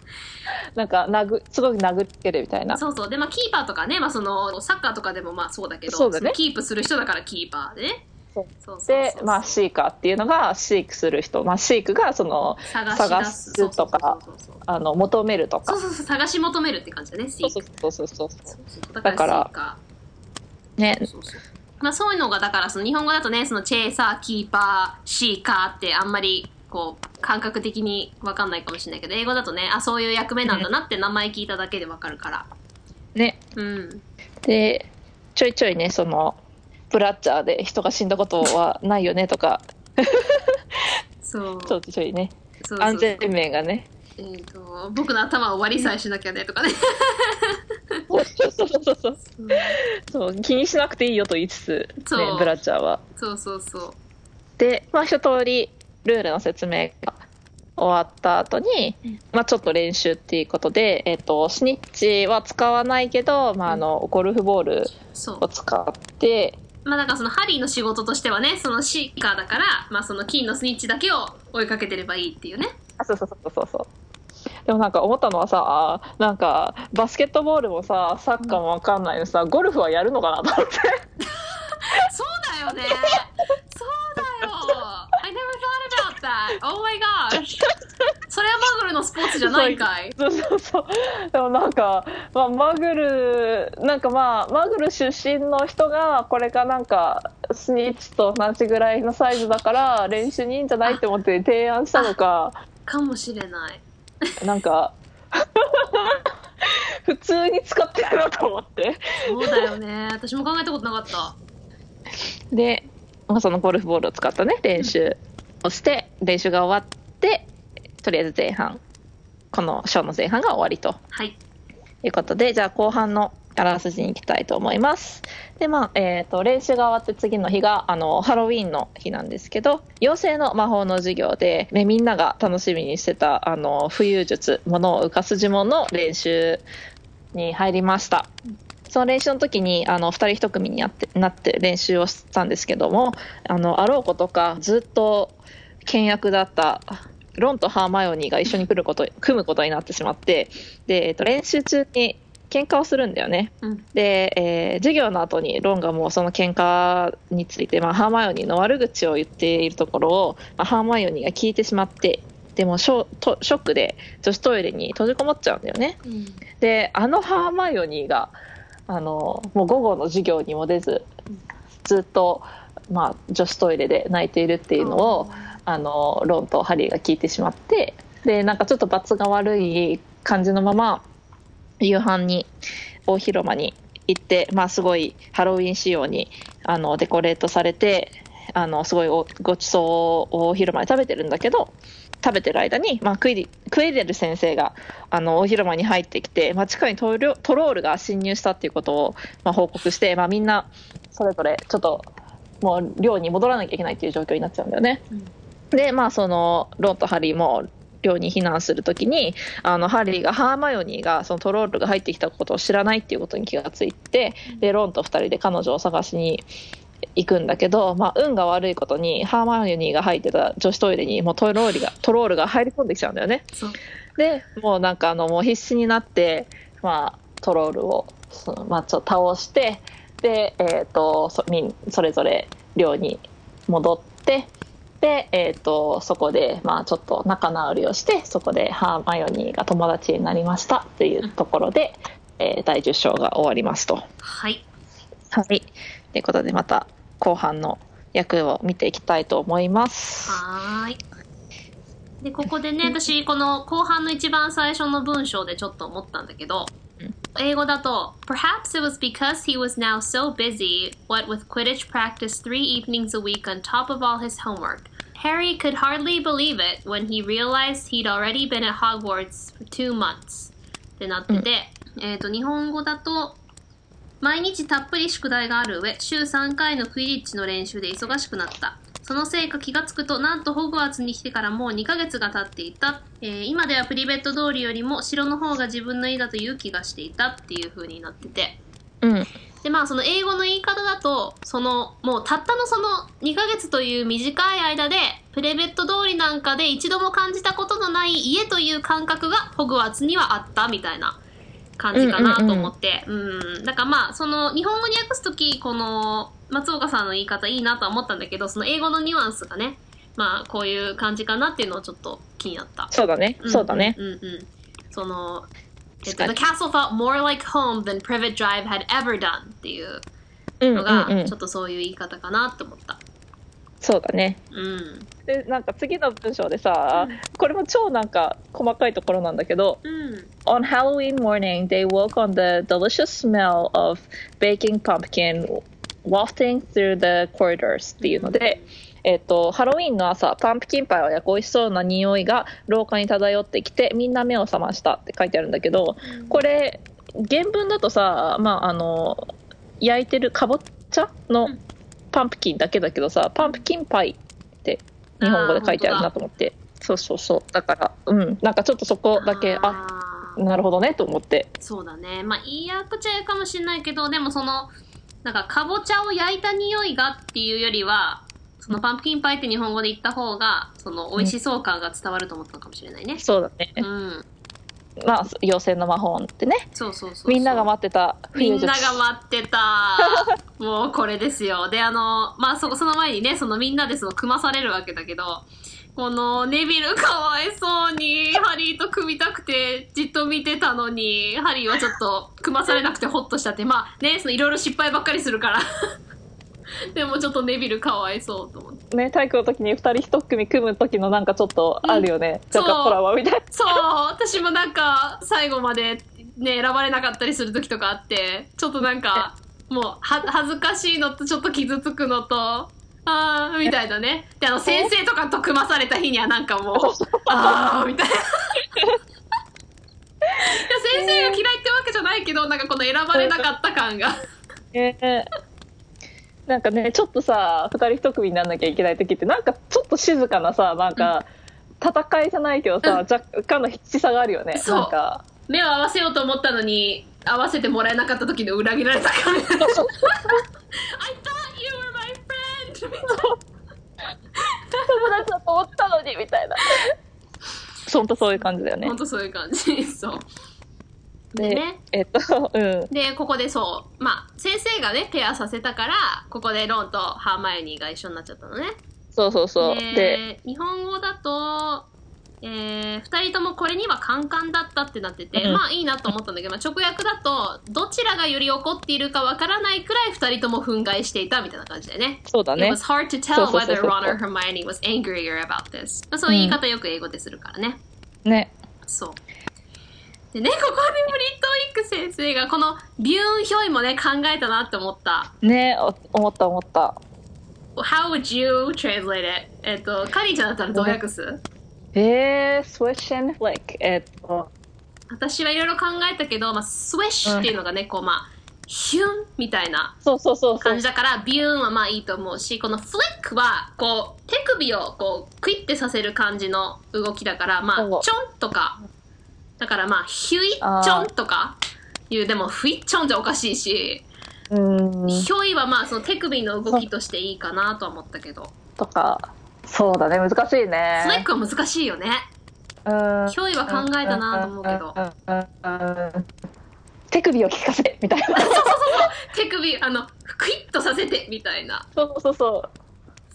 Speaker 4: なんか殴すごく殴ってるみ たいな
Speaker 2: そうそうでまあキーパーとかね、まあ、そのサッカーとかでもまあそうだけど
Speaker 4: そうだね
Speaker 2: のキープする人だからキーパーでねそうそう
Speaker 4: で、まあ、シーカーっていうのが飼育する人、まあ、飼育がその
Speaker 2: 探
Speaker 4: 探
Speaker 2: し出す
Speaker 4: すとか
Speaker 2: そうそうそう
Speaker 4: あの求めるとか
Speaker 2: そうそうそう探し求めるって感じだね。
Speaker 4: そうそうそうそうそう
Speaker 2: だ
Speaker 4: だ
Speaker 2: か
Speaker 4: からら
Speaker 2: スイカ
Speaker 4: ね
Speaker 2: そうそうまあそういうのがだからその日本語だとねそのチェーサーキーパーシーカーってあんまりこう感覚的に分かんないかもしれないけど英語だとねあそういう役目なんだなって名前聞いただけで分かるから
Speaker 4: ね
Speaker 2: うん
Speaker 4: でちょいちょいねそのブラッチャーで人が死んだことはないよねとか
Speaker 2: そう
Speaker 4: ちょいちょいね
Speaker 2: そうそう
Speaker 4: 安全面がね
Speaker 2: えーと僕の頭を割りさえしなきゃねとかね
Speaker 4: そうそうそうそう
Speaker 2: うん
Speaker 4: そう気にしなくていいよと言いつつ、ね
Speaker 2: そう、
Speaker 4: ブラッチャーは。
Speaker 2: そうそうそう
Speaker 4: で、まあ、一通りルールの説明が終わった後に、まあ、ちょっと練習っていうことで、えっとスニッチは使わないけど、まあ、あのゴルフボール
Speaker 2: そう
Speaker 4: を使って
Speaker 2: まあだからそのハリーの仕事としてはねそのシーカーだからまあその金のスニッチだけを追いかけてればいいっていうね
Speaker 4: あそうそうそうそうそうでもなんか思ったのはさあーなんかバスケットボールもさサッカーもわかんないのにさゴルフはやるのかなと思って
Speaker 2: そうだよね。そうだよ。I never thought about that. Oh my gosh. それはマグルのスポーツじゃないんかい。
Speaker 4: そうそうそうでもなんか、まあ、マグルなんかまあマグル出身の人がこれがなんかスニッチと同じぐらいのサイズだから練習にいいんじゃないって思って提案したのか
Speaker 2: かもしれない。
Speaker 4: なんか 普通に使ってるなと思って。
Speaker 2: そうだよね。私も考えたことなかった。
Speaker 4: で、まあ、そのゴルフボールを使ったね練習をして練習が終わってとりあえず前半このショーの前半が終わりと
Speaker 2: はい。
Speaker 4: いうことでじゃあ後半のあらすじに行きたいと思いますでまあ、えー、と練習が終わって次の日があのハロウィーンの日なんですけど妖精の魔法の授業で、ね、みんなが楽しみにしてたあの浮遊術物を浮かす呪文の練習に入りましたその練習の時にあの2人1組になってなって練習をしたんですけどもあのあろうことかずっと倹約だったロンとハーマイオニーが一緒に来ること組むことになってしまってで、えっと、練習中に喧嘩をするんだよね、
Speaker 2: うん
Speaker 4: で、えー授業の後にロンがもうその喧嘩について、まあ、ハーマイオニーの悪口を言っているところを、まあ、ハーマイオニーが聞いてしまってでもショとショックで女子トイレに閉じこもっちゃうんだよねであのハーマイオニーがあのもう午後の授業にも出ずずっと、まあ、女子トイレで泣いているっていうのを、あのロンとハリーが聞いてしまってでなんかちょっと罰が悪い感じのまま夕飯に大広間に行って、まあ、すごいハロウィン仕様にあのデコレートされてあのすごいおごちそうを大広間で食べてるんだけど食べてる間に、まあ、クイディクイデル先生があの大広間に入ってきて、まあ、地下にトロトロールが侵入したっていうことを、まあ、報告して、まあ、みんなそれぞれちょっともう寮に戻らなきゃいけないっていう状況になっちゃうんだよね。でまあそのロンとハリーも寮に避難するときにあのハリーがハーマイオニーがそのトロールが入ってきたことを知らないっていうことに気がついてでロンと2人で彼女を探しに行くんだけど、まあ、運が悪いことにハーマイオニーが入ってた女子トイレにもうトロールがトロールが入り込んできちゃうんだよね。
Speaker 2: そう。
Speaker 4: でもうなんかあのもう必死になって、まあ、トロールをその、まあ、ちょっと倒してで、えー、とそみんそれぞれ寮に戻ってで、えー、とそこで、まあ、ちょっと仲直りをしてそこでハーマイオニーが友達になりましたというところで、えー第10章が終わりますと。
Speaker 2: はい。
Speaker 4: はい、ということでまた後半の役を見ていきたいと思います。
Speaker 2: はーい。で、ここでね、私、この後半の一番最初の文章でちょっと思ったんだけど、英語だと、Perhaps it was because he was now so busy, what with Quidditch practice three evenings a week on top of all his homework. Harry could hardly believe it when he realized he'd already been at Hogwarts for two months. ってなってて、えっ、と、日本語だと、毎日たっぷり宿題がある上週3回のクイリッチの練習で忙しくなったそのせいか気がつくとなんとホグワーツに来てからもう2ヶ月が経っていた、えー今ではプリベット通りよりも城の方が自分の家だという気がしていたっていう風になってて
Speaker 4: うん
Speaker 2: でまあその英語の言い方だとそのもうたったのその2ヶ月という短い間でプレベット通りなんかで一度も感じたことのない家という感覚がホグワーツにはあったみたいな感じかなと思ってうんだからまあその日本語に訳す時この松岡さんの言い方いいなとは思ったんだけどその英語のニュアンスがねまあこういう感じかなっていうのをちょっと気になった
Speaker 4: そうだね、そうだね。
Speaker 2: うんうんうんその、えっ
Speaker 4: 確
Speaker 2: と、
Speaker 4: か
Speaker 2: The
Speaker 4: に
Speaker 2: castle felt more like home than Privet Drive had ever done っていう
Speaker 4: うんう
Speaker 2: のが、
Speaker 4: んうん
Speaker 2: ちょっとそういう言い方かなと思った。
Speaker 4: そうだね。
Speaker 2: うん。
Speaker 4: でなんか次の文章でさ、これも超なんか細かいところなんだけど、
Speaker 2: うん。
Speaker 4: On Halloween morning, they woke on the delicious smell of baking pumpkin wafting through the corridors っていうので、えっと、ハロウィンの朝、パンプキンパイを焼く美味しそうな匂いが廊下に漂ってきて、みんな目を覚ましたって書いてあるんだけど、これ、原文だとさ、まあ、あの、焼いてるかぼちゃの
Speaker 2: うん
Speaker 4: パンプキンだけだけどさ、パンプキンパイって日本語で書いてあるなと思って、そうそうそう、だから、うん、なんかちょっとそこだけ、あ、
Speaker 2: あー
Speaker 4: なるほどねと思って
Speaker 2: そうだね。まあ、言い役っちゃ言うかもしれないけど、でもその、なんか、かぼちゃを焼いた匂いがっていうよりは、そのパンプキンパイって日本語で言った方が、その、美味しそう感が伝わると思ったのかもしれないね。
Speaker 4: そうだね、
Speaker 2: うん。
Speaker 4: まあ妖精の魔法ってね
Speaker 2: そうそうそうそう。
Speaker 4: みんなが待ってた
Speaker 2: み
Speaker 4: 冬
Speaker 2: ん
Speaker 4: 術
Speaker 2: なが待ってた。もうこれですよ。で、あの、まあ、そ、その前にね、そのみんなでその組まされるわけだけど、このネビルかわいそうに、ハリーと組みたくて、じっと見てたのに、ハリーはちょっと組まされなくてホッとしたって、まあね、そのいろいろ失敗ばっかりするから。 でもちょっとネビルかわいそうと思って。
Speaker 4: ね体育の時に2人1組組む時のなんかちょっとあるよね、
Speaker 2: そう
Speaker 4: なんかトラマみたいな
Speaker 2: そう、私もなんか、最後までね、選ばれなかったりする時とかあって、ちょっとなんか、もう、は、恥ずかしいのと、ちょっと傷つくのと、ああみたいなね。で、あの、先生とかと組まされた日にはなんかもう、ああみたいな。いや先生が嫌いってわけじゃないけど、なんかこの選ばれなかった感が。
Speaker 4: ねなんかねちょっとさ2人1組にならなきゃいけない時ってなんかちょっと静かなさなんか、戦いじゃないけどさ、若干の必死さがあるよね。
Speaker 2: そう
Speaker 4: なんか、
Speaker 2: 目を合わせようと思ったのに、合わせてもらえなかった時の裏切られた感 I thought you were my friend! みたいな
Speaker 4: 友達だと思ったのにみたいな。本当そういう感じだよね
Speaker 2: ほん。とそういう感じそうでね
Speaker 4: えっと、うん。
Speaker 2: でここでそうまあ先生がねペアさせたからここでロンとハーマイオニーが一緒になっちゃったのね
Speaker 4: そうそうそう。で、
Speaker 2: で日本語だと、え2人ともこれにはカンカンだったってなってて、
Speaker 4: うん
Speaker 2: まあいいなと思ったんだけど、まあ、直訳だとどちらがより怒っているかわからないくらい2人とも憤慨していたみたいな感じだよね
Speaker 4: そうだ
Speaker 2: It
Speaker 4: ね
Speaker 2: was。hard to
Speaker 4: そ
Speaker 2: tell
Speaker 4: うそうそう
Speaker 2: whether
Speaker 4: そう
Speaker 2: Ron or Hermione was angrier about this まあそういう言い方よく英語でするからね、
Speaker 4: ね。
Speaker 2: そう。でね、ここでブリットウィック先生がこのビューンヒョイもね、考えたなって思った。
Speaker 4: ねお思った思った。
Speaker 2: How would you translate it? えっと、カリーちゃんだったらどう訳す
Speaker 4: えー、スウェッシュンフレック。えっと、
Speaker 2: 私はいろいろ考えたけど、まあ、スウェッシュっていうのがね、こうまあ、ヒュンみたいな
Speaker 4: そうそうそうそう
Speaker 2: 感じ。だから、ビューンはまあいいと思うし、このフレックは、こう、手首をこう、クイってさせる感じの動きだから、まあ、
Speaker 4: そう
Speaker 2: チョンとか、だからまあ、ヒュイチ
Speaker 4: あー
Speaker 2: ョンとかいう、でも、フイッチョンっておかしいし、
Speaker 4: うーん。
Speaker 2: ひょいはまあその手首の動きとしていいかなとは思ったけど、
Speaker 4: とか、そうだね、難しい
Speaker 2: スレッ
Speaker 4: ね。
Speaker 2: クは難しいよね。
Speaker 4: うーん
Speaker 2: ひょいは考えたなと思うけど
Speaker 4: う、んうんうんうん手首を利かせみ たいな。
Speaker 2: 手首、あの、クイッとさせてみたいな。
Speaker 4: そうそうそう。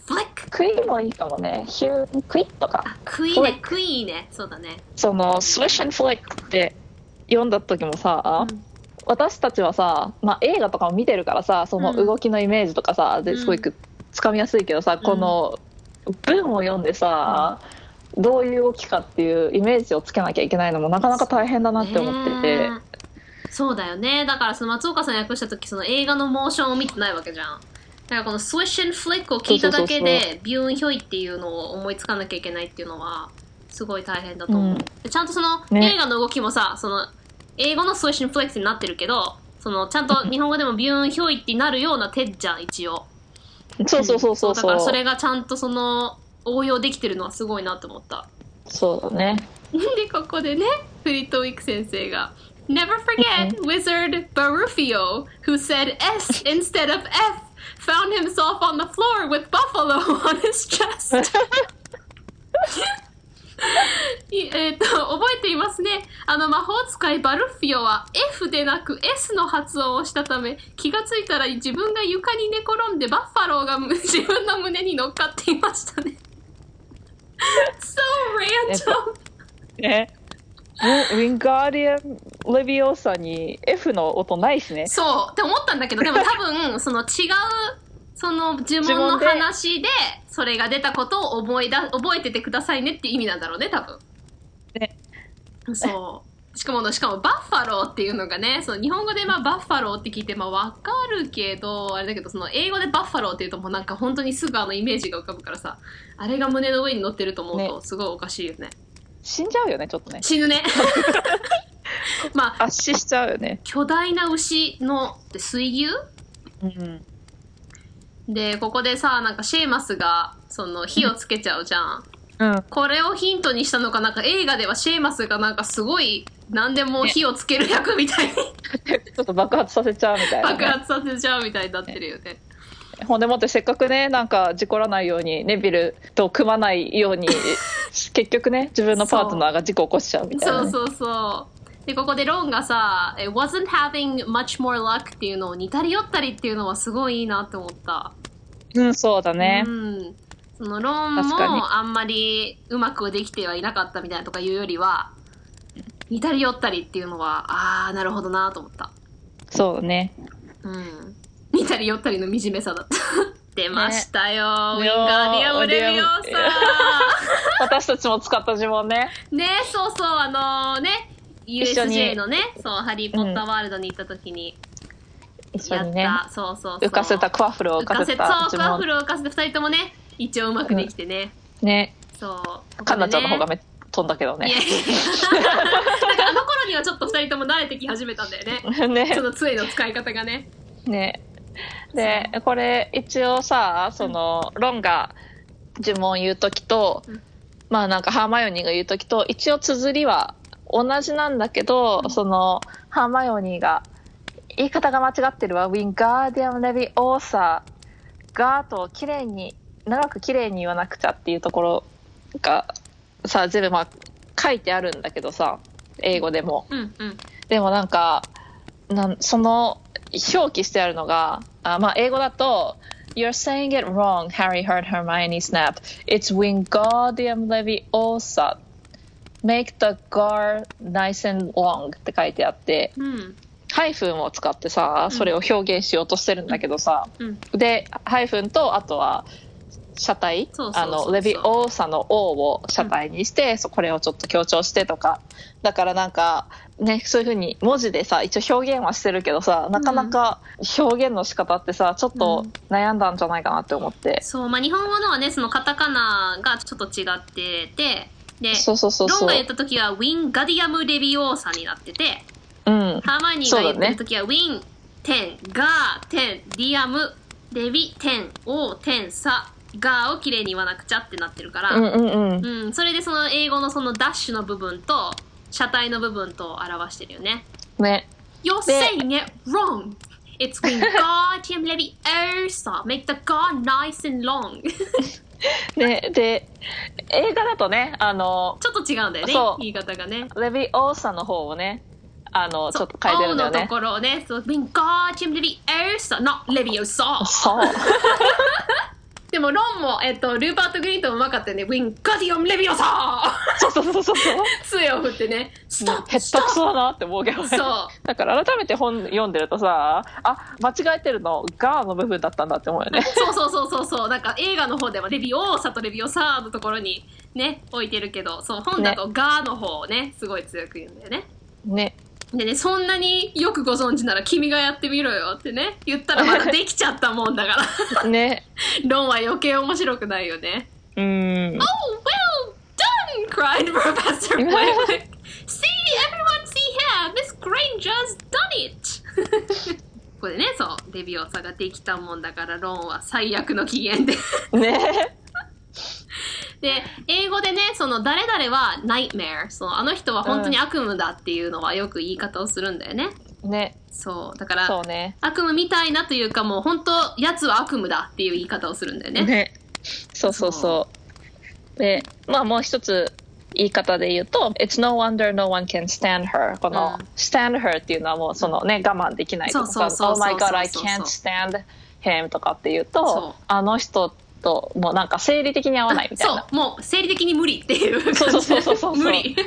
Speaker 2: スレック
Speaker 4: クイーンもいいかもね。ヒューン、クイーンとか。
Speaker 2: あクイ
Speaker 4: フレ
Speaker 2: ね
Speaker 4: ッ、
Speaker 2: クイね。そうだね。
Speaker 4: そのスウェッシュンフレックって読んだ時もさ、
Speaker 2: うん
Speaker 4: 私たちはさ、まあ、映画とかも見てるからさその
Speaker 2: うん
Speaker 4: 動きのイメージとかさ、
Speaker 2: うん
Speaker 4: ですごくつかみやすいけどさ、この文を読んでさ、どういう動きかっていうイメージをつけなきゃいけないのもなかなか大変だなって思ってて、
Speaker 2: ねえそうだよね。だからその松岡さん訳した時、その映画のモーションを見てないわけじゃん。だからこのスウェッシュンフレックを聞いただ
Speaker 4: そう
Speaker 2: け
Speaker 4: そう
Speaker 2: で、ビューンヒョイっていうのを思いつかなきゃいけないっていうのは、すごい大変だと思う。
Speaker 4: うん
Speaker 2: でちゃんとその、
Speaker 4: ね
Speaker 2: 映画の動きもさ、その、英語のスウェッシュンフレックスになってるけど、その、ちゃんと日本語でもビューンヒョイってなるような手じゃん、一応。
Speaker 4: そうそうそうそう
Speaker 2: だ
Speaker 4: そ
Speaker 2: か
Speaker 4: う
Speaker 2: らそれがちゃんとその、応用できてるのはすごいなと思った。
Speaker 4: そうだね
Speaker 2: でここでねフリットウィック先生が「Never forget wizard Barufio who said S instead of F found himself on the floor with buffalo on his chest」 いえーっと、覚えていますね。あの、魔法使いバルフィオは F でなく S の発音をしたため、気がついたら自分が床に寝転んでバッファローが 自分の胸に乗っかっていましたね。so random!
Speaker 4: ね。ウィンガーディアン・レビオーサに F の音ないしね。
Speaker 2: そうって思ったんだけどでも多 分その違うその呪文の
Speaker 4: 呪文で
Speaker 2: 話でそれが出たことを思いだ覚えててくださいねっていう意味なんだろうね多分
Speaker 4: ね
Speaker 2: そうしかもしかもバッファローっていうのがねその日本語でまあバッファローって聞いてまあわかるけどあれだけどその英語でバッファローっていうともうなんか本当にすぐあのイメージが浮かぶからさあれが胸の上に乗ってると思うとすごいおかしいよね
Speaker 4: 死んじゃうよね、ちょっとね。
Speaker 2: 死ぬね まあ
Speaker 4: 圧死しちゃうよね。
Speaker 2: 巨大な牛のって水牛
Speaker 4: うん。
Speaker 2: でここでさなんかシェーマスがその火をつけちゃうじゃん、
Speaker 4: うん。
Speaker 2: これをヒントにしたのかなんか映画ではシェーマスがなんかすごい何でも火をつける役みたいに
Speaker 4: ちょっと爆発させちゃうみたいなね、
Speaker 2: 爆発させちゃうみたいになってるよね
Speaker 4: ほんでもってせっかくねなんか事故らないようにネビルと組まないよう に結局ね自分のパートナーが事故起こしちゃうみたいな
Speaker 2: そ
Speaker 4: ね、
Speaker 2: うそうそうでここでロンがさ「え wasn't having much more luck」っていうのを似たり寄ったりっていうのはすごいいいなって思った
Speaker 4: うん、そうだね
Speaker 2: う、ん、そのローン
Speaker 4: 確かに
Speaker 2: もあんまりうまくできてはいなかったみたいなとかいうよりは似たり寄ったりっていうのはああなるほどなと思った、
Speaker 4: そうだね
Speaker 2: うん、似たり寄ったりの惨めさだった出ましたよ、
Speaker 4: ね
Speaker 2: ウィンガーディアム・レビオー
Speaker 4: い
Speaker 2: サ
Speaker 4: や私たちも使った呪文ね
Speaker 2: ーねそうそうあのね
Speaker 4: 一緒に
Speaker 2: USJ のねそうハリー・ポッターワールドに行った時に
Speaker 4: 一緒
Speaker 2: やった、
Speaker 4: にね
Speaker 2: そうそうそ
Speaker 4: 浮
Speaker 2: う
Speaker 4: かせたクワッフルを浮
Speaker 2: 浮
Speaker 4: か
Speaker 2: か
Speaker 4: せ
Speaker 2: せ
Speaker 4: た
Speaker 2: そうクワ
Speaker 4: 呪
Speaker 2: ッフ
Speaker 4: 文
Speaker 2: ルを浮かせて2人ともね一応うまくできてね、
Speaker 4: ね
Speaker 2: そう
Speaker 4: かなちゃんの方が
Speaker 2: ここでね
Speaker 4: め飛んだけど
Speaker 2: い
Speaker 4: ね
Speaker 2: や なんかあの頃にはちょっと2人とも慣れてき始めたんだよ ね
Speaker 4: ね
Speaker 2: その杖の使い方がね
Speaker 4: ねでこれ一応さその、ロンが呪文を言う時と、
Speaker 2: うん
Speaker 4: まあなんかハーマイオニーが言う時と一応綴りは同じなんだけど、そのハーマイオニーが言い方が間違ってるわ「ウィンガーディアム・レビオーサー」ガーと綺麗に長く綺麗に言わなくちゃっていうところがさ全部まあ書いてあるんだけどさ英語でも。
Speaker 2: うんうん
Speaker 4: でもなんかなんその表記してあるのがあ、まあ、英語だと「You're saying it wrong, Harry heard Hermione snap. It's Wingardium Leviosa. Make the gar nice and long」って書いてあって
Speaker 2: うん
Speaker 4: ハイフンを使ってさそれを表現しようとしてるんだけどさ、
Speaker 2: うん
Speaker 4: でハイフンとあとは車体
Speaker 2: そうそう
Speaker 4: あ
Speaker 2: そうそう
Speaker 4: のレビオーサの「O」を車体にして、そこれをちょっと強調してとかだからなんかねそういうふうに文字でさ一応表現はしてるけどさなかなか表現の仕方ってさちょっと
Speaker 2: うん
Speaker 4: 悩んだんじゃないかなって思って、
Speaker 2: そうまあ日本語のはねそのカタカナがちょっと違っててで
Speaker 4: そうそうそう
Speaker 2: ロ
Speaker 4: そ
Speaker 2: ン
Speaker 4: う
Speaker 2: が言った時はウィンガディアム・レビオーサになってて
Speaker 4: うん
Speaker 2: ハーマイオニーが言ってる時はウィン点ガー点ディアムレビ点オー点サガーをきれいに言わなくちゃってなってるから、
Speaker 4: うんうんうん
Speaker 2: うん、それでその英語のそのダッシュの部分と車体の部分と表してるよね。
Speaker 4: ね
Speaker 2: You're saying it wrong! It's when God, Jim Levy, Ursa, make the God nice and long. ち
Speaker 4: でで映画だとねあの
Speaker 2: ょっと違うんだよね
Speaker 4: そう、
Speaker 2: 言い方がね。
Speaker 4: レビオーサの方をねあのちょっと変えてるんだよ
Speaker 2: O の
Speaker 4: ね
Speaker 2: ところをね、そう When God, Jim Levy, Ursa, not Levy, Ursa!
Speaker 4: そう
Speaker 2: でもロンも、えっと、ルーパート・グリーントもうまかったよね。When God, Jim Levy, Ursa!
Speaker 4: そうそうそうそうそう
Speaker 2: 杖を振ってね、ストッ
Speaker 4: ヘ
Speaker 2: プ、ス
Speaker 4: ッド
Speaker 2: ト
Speaker 4: ク
Speaker 2: ッ
Speaker 4: ソだなって思うけど
Speaker 2: プ
Speaker 4: ね
Speaker 2: そう。
Speaker 4: だから改めて本読んでるとさあ間違えてるのガーの部分だったんだって思うよね
Speaker 2: そうそうそうそうそうなんか映画の方ではレビオーサとレビオサーのところにね置いてるけどそう本だとガーの方をねすごい強く言うんだよね
Speaker 4: ね
Speaker 2: でねそんなによくご存知なら君がやってみろよってね言ったらま だできちゃったもんだから
Speaker 4: ね
Speaker 2: 論は余計面白くないよね
Speaker 4: うーん
Speaker 2: Oh well done cried Professor Flitwick See everyone see here Miss Granger's done it これねそうレビオーサができたもんだからロンは最悪の機嫌で
Speaker 4: ね
Speaker 2: で英語でねその誰々は nightmare そのあの人は本当に悪夢だっていうのはよく言い方をするんだよね、
Speaker 4: ね
Speaker 2: そうだから
Speaker 4: そうね
Speaker 2: 悪夢みたいなというかもう本当やつは悪夢だっていう言い方をするんだよね
Speaker 4: そうそうそうでまあもう一つ言い方で言うと「It's no wonder no one can stand her」この
Speaker 2: う
Speaker 4: 「stand her」っていうのはもうそのね我慢できないと
Speaker 2: そう
Speaker 4: か
Speaker 2: そ
Speaker 4: 「Oh
Speaker 2: うそうそう
Speaker 4: my god I
Speaker 2: そう
Speaker 4: can't stand him」とかっていう
Speaker 2: そう
Speaker 4: とあの人ともうなんか生理的に合わないみたいな。
Speaker 2: そうもう生理的に無理っていう感じ
Speaker 4: そうそうそうそうそう
Speaker 2: 無理
Speaker 4: で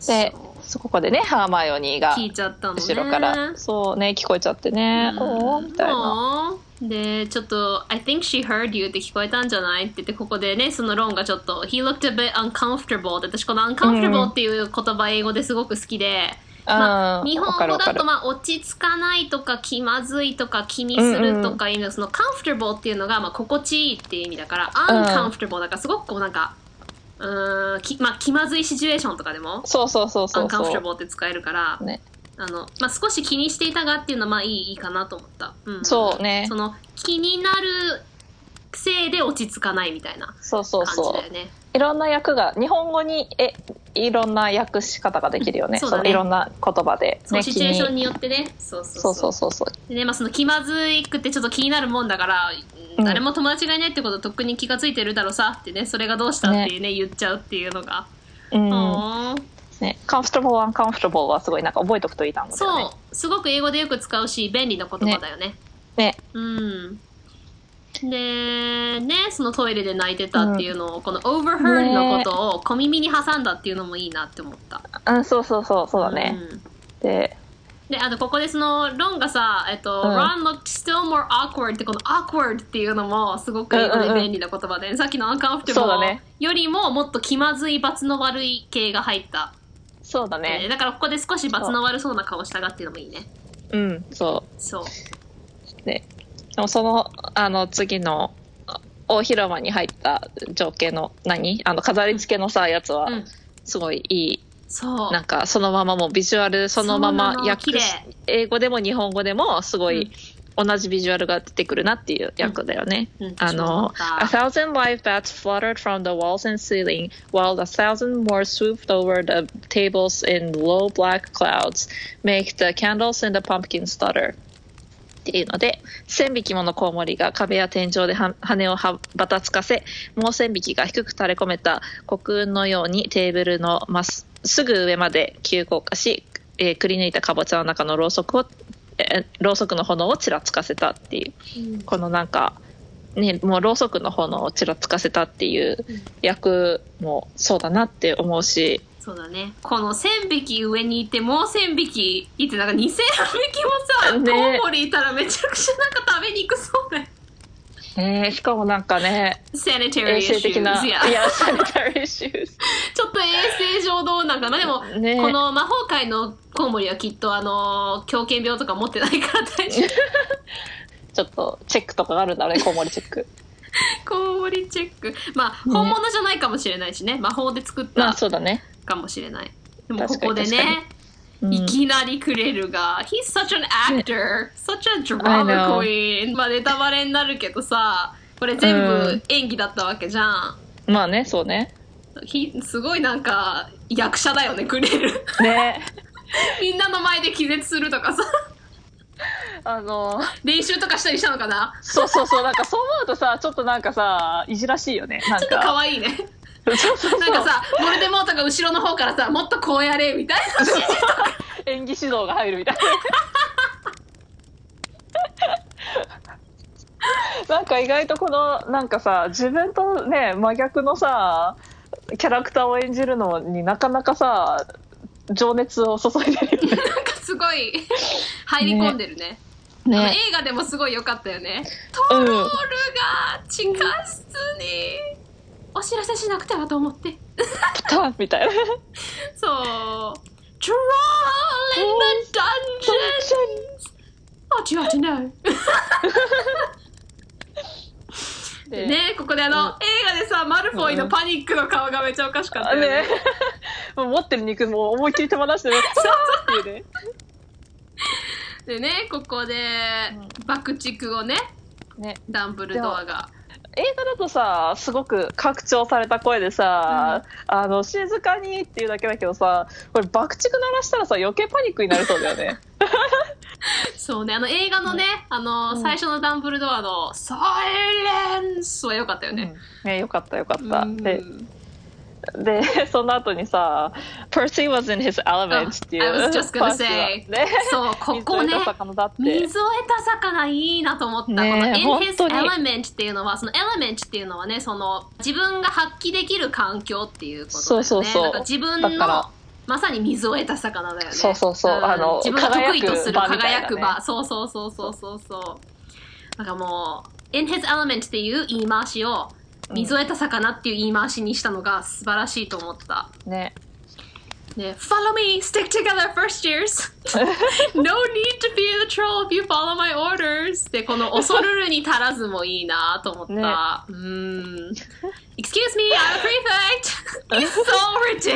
Speaker 2: そう
Speaker 4: そこでねハーマイオニーが
Speaker 2: 聞いちゃったのね
Speaker 4: 後ろからそうね聞こえちゃってね「おお」みたいな。
Speaker 2: そうでちょっと「I think she heard you」って聞こえたんじゃないって言ってここでねそのロンがちょっと「He looked a bit uncomfortable」って私この「uncomfortable」っていう言葉英語ですごく好きで、ま
Speaker 4: う
Speaker 2: あ、
Speaker 4: ん
Speaker 2: 日本
Speaker 4: わかるわ
Speaker 2: 語
Speaker 4: か
Speaker 2: だ
Speaker 4: る
Speaker 2: とまあ落ち着かないとか気まずいとか気にするとかいうの、その comfortable っていうのがまあ心地いいっていう意味だから
Speaker 4: うん
Speaker 2: uncomfortable だからすごくこうなんかうーんき,、まあ、気まずいシチュエーションとかでも
Speaker 4: そうそうそうそうそう
Speaker 2: uncomfortable って使えるから
Speaker 4: ね
Speaker 2: あの、まあ、少し気にしていたがっていうのはまあいいいいかなと思った、うん、
Speaker 4: そうね
Speaker 2: その気になるせいで落ち着かないみたいな
Speaker 4: そうそう
Speaker 2: 感じ
Speaker 4: そう
Speaker 2: だよね
Speaker 4: いろんな役が日本語にえいろんな訳し方ができるよね。
Speaker 2: そうだね
Speaker 4: のいろんな言葉で、
Speaker 2: そう
Speaker 4: ね、
Speaker 2: シチュエーション
Speaker 4: に
Speaker 2: によってねそうそうそ
Speaker 4: そううそうそうそう。
Speaker 2: でねまあ、その気まずいくってちょっと気になるもんだから、
Speaker 4: うん
Speaker 2: 誰も友達がいないってこととっくに気がついてるだろうさってねそれがどうしたっていうね言っちゃうっていうのが、
Speaker 4: うん。
Speaker 2: あー
Speaker 4: ね、comfortable uncomfortable はすごいなんか覚えておくといい単語だよね。
Speaker 2: そうすごく英語でよく使うし便利な言葉だよね
Speaker 4: ね、
Speaker 2: うんでねそのトイレで泣いてたっていうのを、この overheard のことを小耳に挟んだっていうのもいいなって思った、
Speaker 4: うん、そうそうそうそうだね。
Speaker 2: うん
Speaker 4: で、
Speaker 2: であとここでそのロンがさ、えっと
Speaker 4: うん
Speaker 2: Ron looked still more awkward ってこの awkward っていうのもすごく英語で便利な言葉で、さっきの uncomfortable
Speaker 4: そうだね
Speaker 2: よりももっと気まずい罰の悪い系が入った、
Speaker 4: そうだね。
Speaker 2: だからここで少し罰の悪そうな顔したがっていうのもいいね
Speaker 4: うん、そ
Speaker 2: そう
Speaker 4: う。ね、でもそのあの次のあ大広間に入った情景の何あの飾り付けのさやつは
Speaker 2: うん
Speaker 4: すごいいい。
Speaker 2: そう
Speaker 4: なんかそのままもうビジュアルそのまま
Speaker 2: そのまま
Speaker 4: 訳
Speaker 2: 綺麗
Speaker 4: し英語でも日本語でもすごい同じビジュアルが出てくるなっていう役だよね。
Speaker 2: うんうん
Speaker 4: あの
Speaker 2: そうだ
Speaker 4: A thousand live bats fluttered from the walls and ceiling, while a thousand more swooped over the tables in low black clouds, make the candles in the pumpkin stutter. っていうので1,000匹ものコウモリが壁や天井では羽を羽ばたつかせもう1,000匹が低く垂れ込めた黒雲のようにテーブルのまっすすぐ上まで急降下し、えーくり抜いたかぼちゃの中のろうそくを、えーろうそくの炎をちらつかせたっていう、このなんか、ね、もうろうそくの炎をちらつかせたっていう役もそうだなって思うし。
Speaker 2: そうだねこの1000匹上にいてもう1000匹いてなんか2000匹も さ、
Speaker 4: ね
Speaker 2: コウモリいたらめちゃくちゃなんか食べに行くそうだよ
Speaker 4: えーしかもなんかね
Speaker 2: sanitary
Speaker 4: 衛
Speaker 2: issues
Speaker 4: 生的な
Speaker 2: yeah
Speaker 4: いやサニタリーシュー ズ
Speaker 2: ちょっと衛生上どうなんかな、まあ、でも、
Speaker 4: ね
Speaker 2: この魔法界のコウモリはきっとあの狂犬病とか持ってないから大丈夫
Speaker 4: ちょっとチェックとかがあるん だねコウモリチェック
Speaker 2: コウモリチェックまあ本物じゃないかもしれないしね魔法で作っ
Speaker 4: まあ
Speaker 2: た
Speaker 4: そうだね、
Speaker 2: かもしれないでもこ
Speaker 4: 確かに
Speaker 2: こでね
Speaker 4: うん
Speaker 2: いきなりくれるが「He's such an actor such a
Speaker 4: I
Speaker 2: drama
Speaker 4: know
Speaker 2: queen」まあネタバレになるけどさこれ全
Speaker 4: う
Speaker 2: 部
Speaker 4: ん
Speaker 2: 演技だったわけじゃん、
Speaker 4: まあねそうね
Speaker 2: He- すごいなんか役者だよねくれる
Speaker 4: ね
Speaker 2: みんなの前で気絶するとかさ
Speaker 4: あの
Speaker 2: 練習とかしたりしたのかな
Speaker 4: そうそうそうなんかそう思うとさちょっとなんかさいじらしいよねなんか
Speaker 2: ちょっと可愛いね。
Speaker 4: そうそうそう
Speaker 2: なんかさ、ボルデモートが後ろの方からさ、もっとこうやれみたいな。
Speaker 4: 演技指導が入るみたい ななんか意外とこのなんかさ自分とね真逆のさキャラクターを演じるのになかなかさ情熱を注いでるよね
Speaker 2: なんかすごい入り込んでるね。あ の映画でもすごい良かったよね。トロールが地下室にお知らせしなくてはと思って。
Speaker 4: ピタンみたいな
Speaker 2: そう。トロール in the dungeon! What you ought to know!
Speaker 4: で
Speaker 2: ねここであの、映画でさ、マルフォイのパニックの顔がめっちゃおかしかった
Speaker 4: あ
Speaker 2: よね。
Speaker 4: ねもう持ってる肉も思いっきり手放してねそうっていうね
Speaker 2: でね、ここで爆竹をね、
Speaker 4: ね
Speaker 2: ダンブルドアが。
Speaker 4: 映画だとさすごく拡張された声でさ、あの静かにっていうだけだけどさこれ爆竹鳴らしたらさ余計パニックになりそうだよね
Speaker 2: そうね、あの映画のね、あの、
Speaker 4: うん
Speaker 2: 最初のダンブルドアの 「サイレンス」は良かったよね。
Speaker 4: ねよかったよかった、
Speaker 2: うん
Speaker 4: でで、 その後にさ、Percy was in his element っていう。
Speaker 2: I was just gonna
Speaker 4: パーシーは
Speaker 2: say
Speaker 4: ね、
Speaker 2: そうここね
Speaker 4: 水を得た魚だって
Speaker 2: 水を得た魚いいなと思った、
Speaker 4: ねえ
Speaker 2: この
Speaker 4: 本
Speaker 2: In his
Speaker 4: 当に
Speaker 2: element っていうのはその element っていうのはねその自分が発揮できる環境っていうことだよ
Speaker 4: そ
Speaker 2: ね
Speaker 4: うそうそう
Speaker 2: なんか自分
Speaker 4: だから
Speaker 2: のまさに水を得た魚だよね
Speaker 4: そうそうそうんあの
Speaker 2: 自分が得意とする
Speaker 4: 輝く場みたいなね
Speaker 2: 輝く場そうそうそうそうそうそうなんかもう In his element っていう言い回しを水を得た魚っていう言い回しにしたのが素晴らしいと思った、
Speaker 4: ね。
Speaker 2: ね、Follow me, stick together, first years. no need to be the troll if you follow my orders. で、この恐るるに足らずもいいなと思った。
Speaker 4: ね
Speaker 2: うーん。Excuse me, I'm a prefect! It's so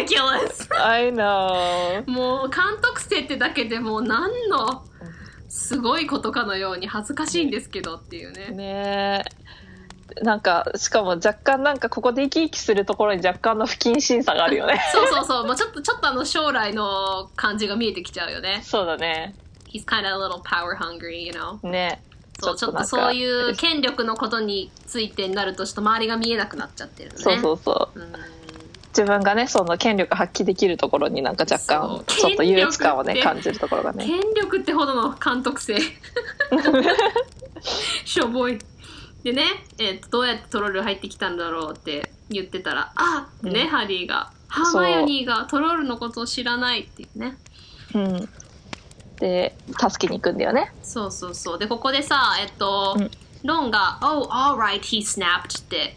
Speaker 2: ridiculous!
Speaker 4: I know.
Speaker 2: もう監督生ってだけでもう何のすごいことかのように恥ずかしいんですけどっていうね。
Speaker 4: ねなんか、しかも若干なんかここで生き生きするところに若干の不謹慎さがあるよ ね。
Speaker 2: そうそうそう、もうちょっとちょっとあの将来の感じが見えてきちゃうよね。
Speaker 4: そうだね。
Speaker 2: He's kind of a little power hungry, you know?
Speaker 4: ね。
Speaker 2: そうちょっ
Speaker 4: なんか
Speaker 2: とそういう権力のことについてになるとちょっと周りが見えなくなっちゃってるね。
Speaker 4: そうそうそう。
Speaker 2: うん
Speaker 4: 自分がね、その権力発揮できるところになんか若干、
Speaker 2: そう
Speaker 4: ちょっと優越感をね、
Speaker 2: 権力
Speaker 4: 感
Speaker 2: って
Speaker 4: じるところがね。
Speaker 2: 権力ってほどの監督性 しょぼいでね、えーとどうやってトロール入ってきたんだろうって言ってたら「あっ!」ってね、
Speaker 4: うん
Speaker 2: ハリーがハー
Speaker 4: そう
Speaker 2: マイオニーがトロールのことを知らないっていうね
Speaker 4: うん。で、助けに行くんだよね。
Speaker 2: そうそうそうでここでさえっと、
Speaker 4: うん
Speaker 2: ロンが「Oh, alright, he snapped」って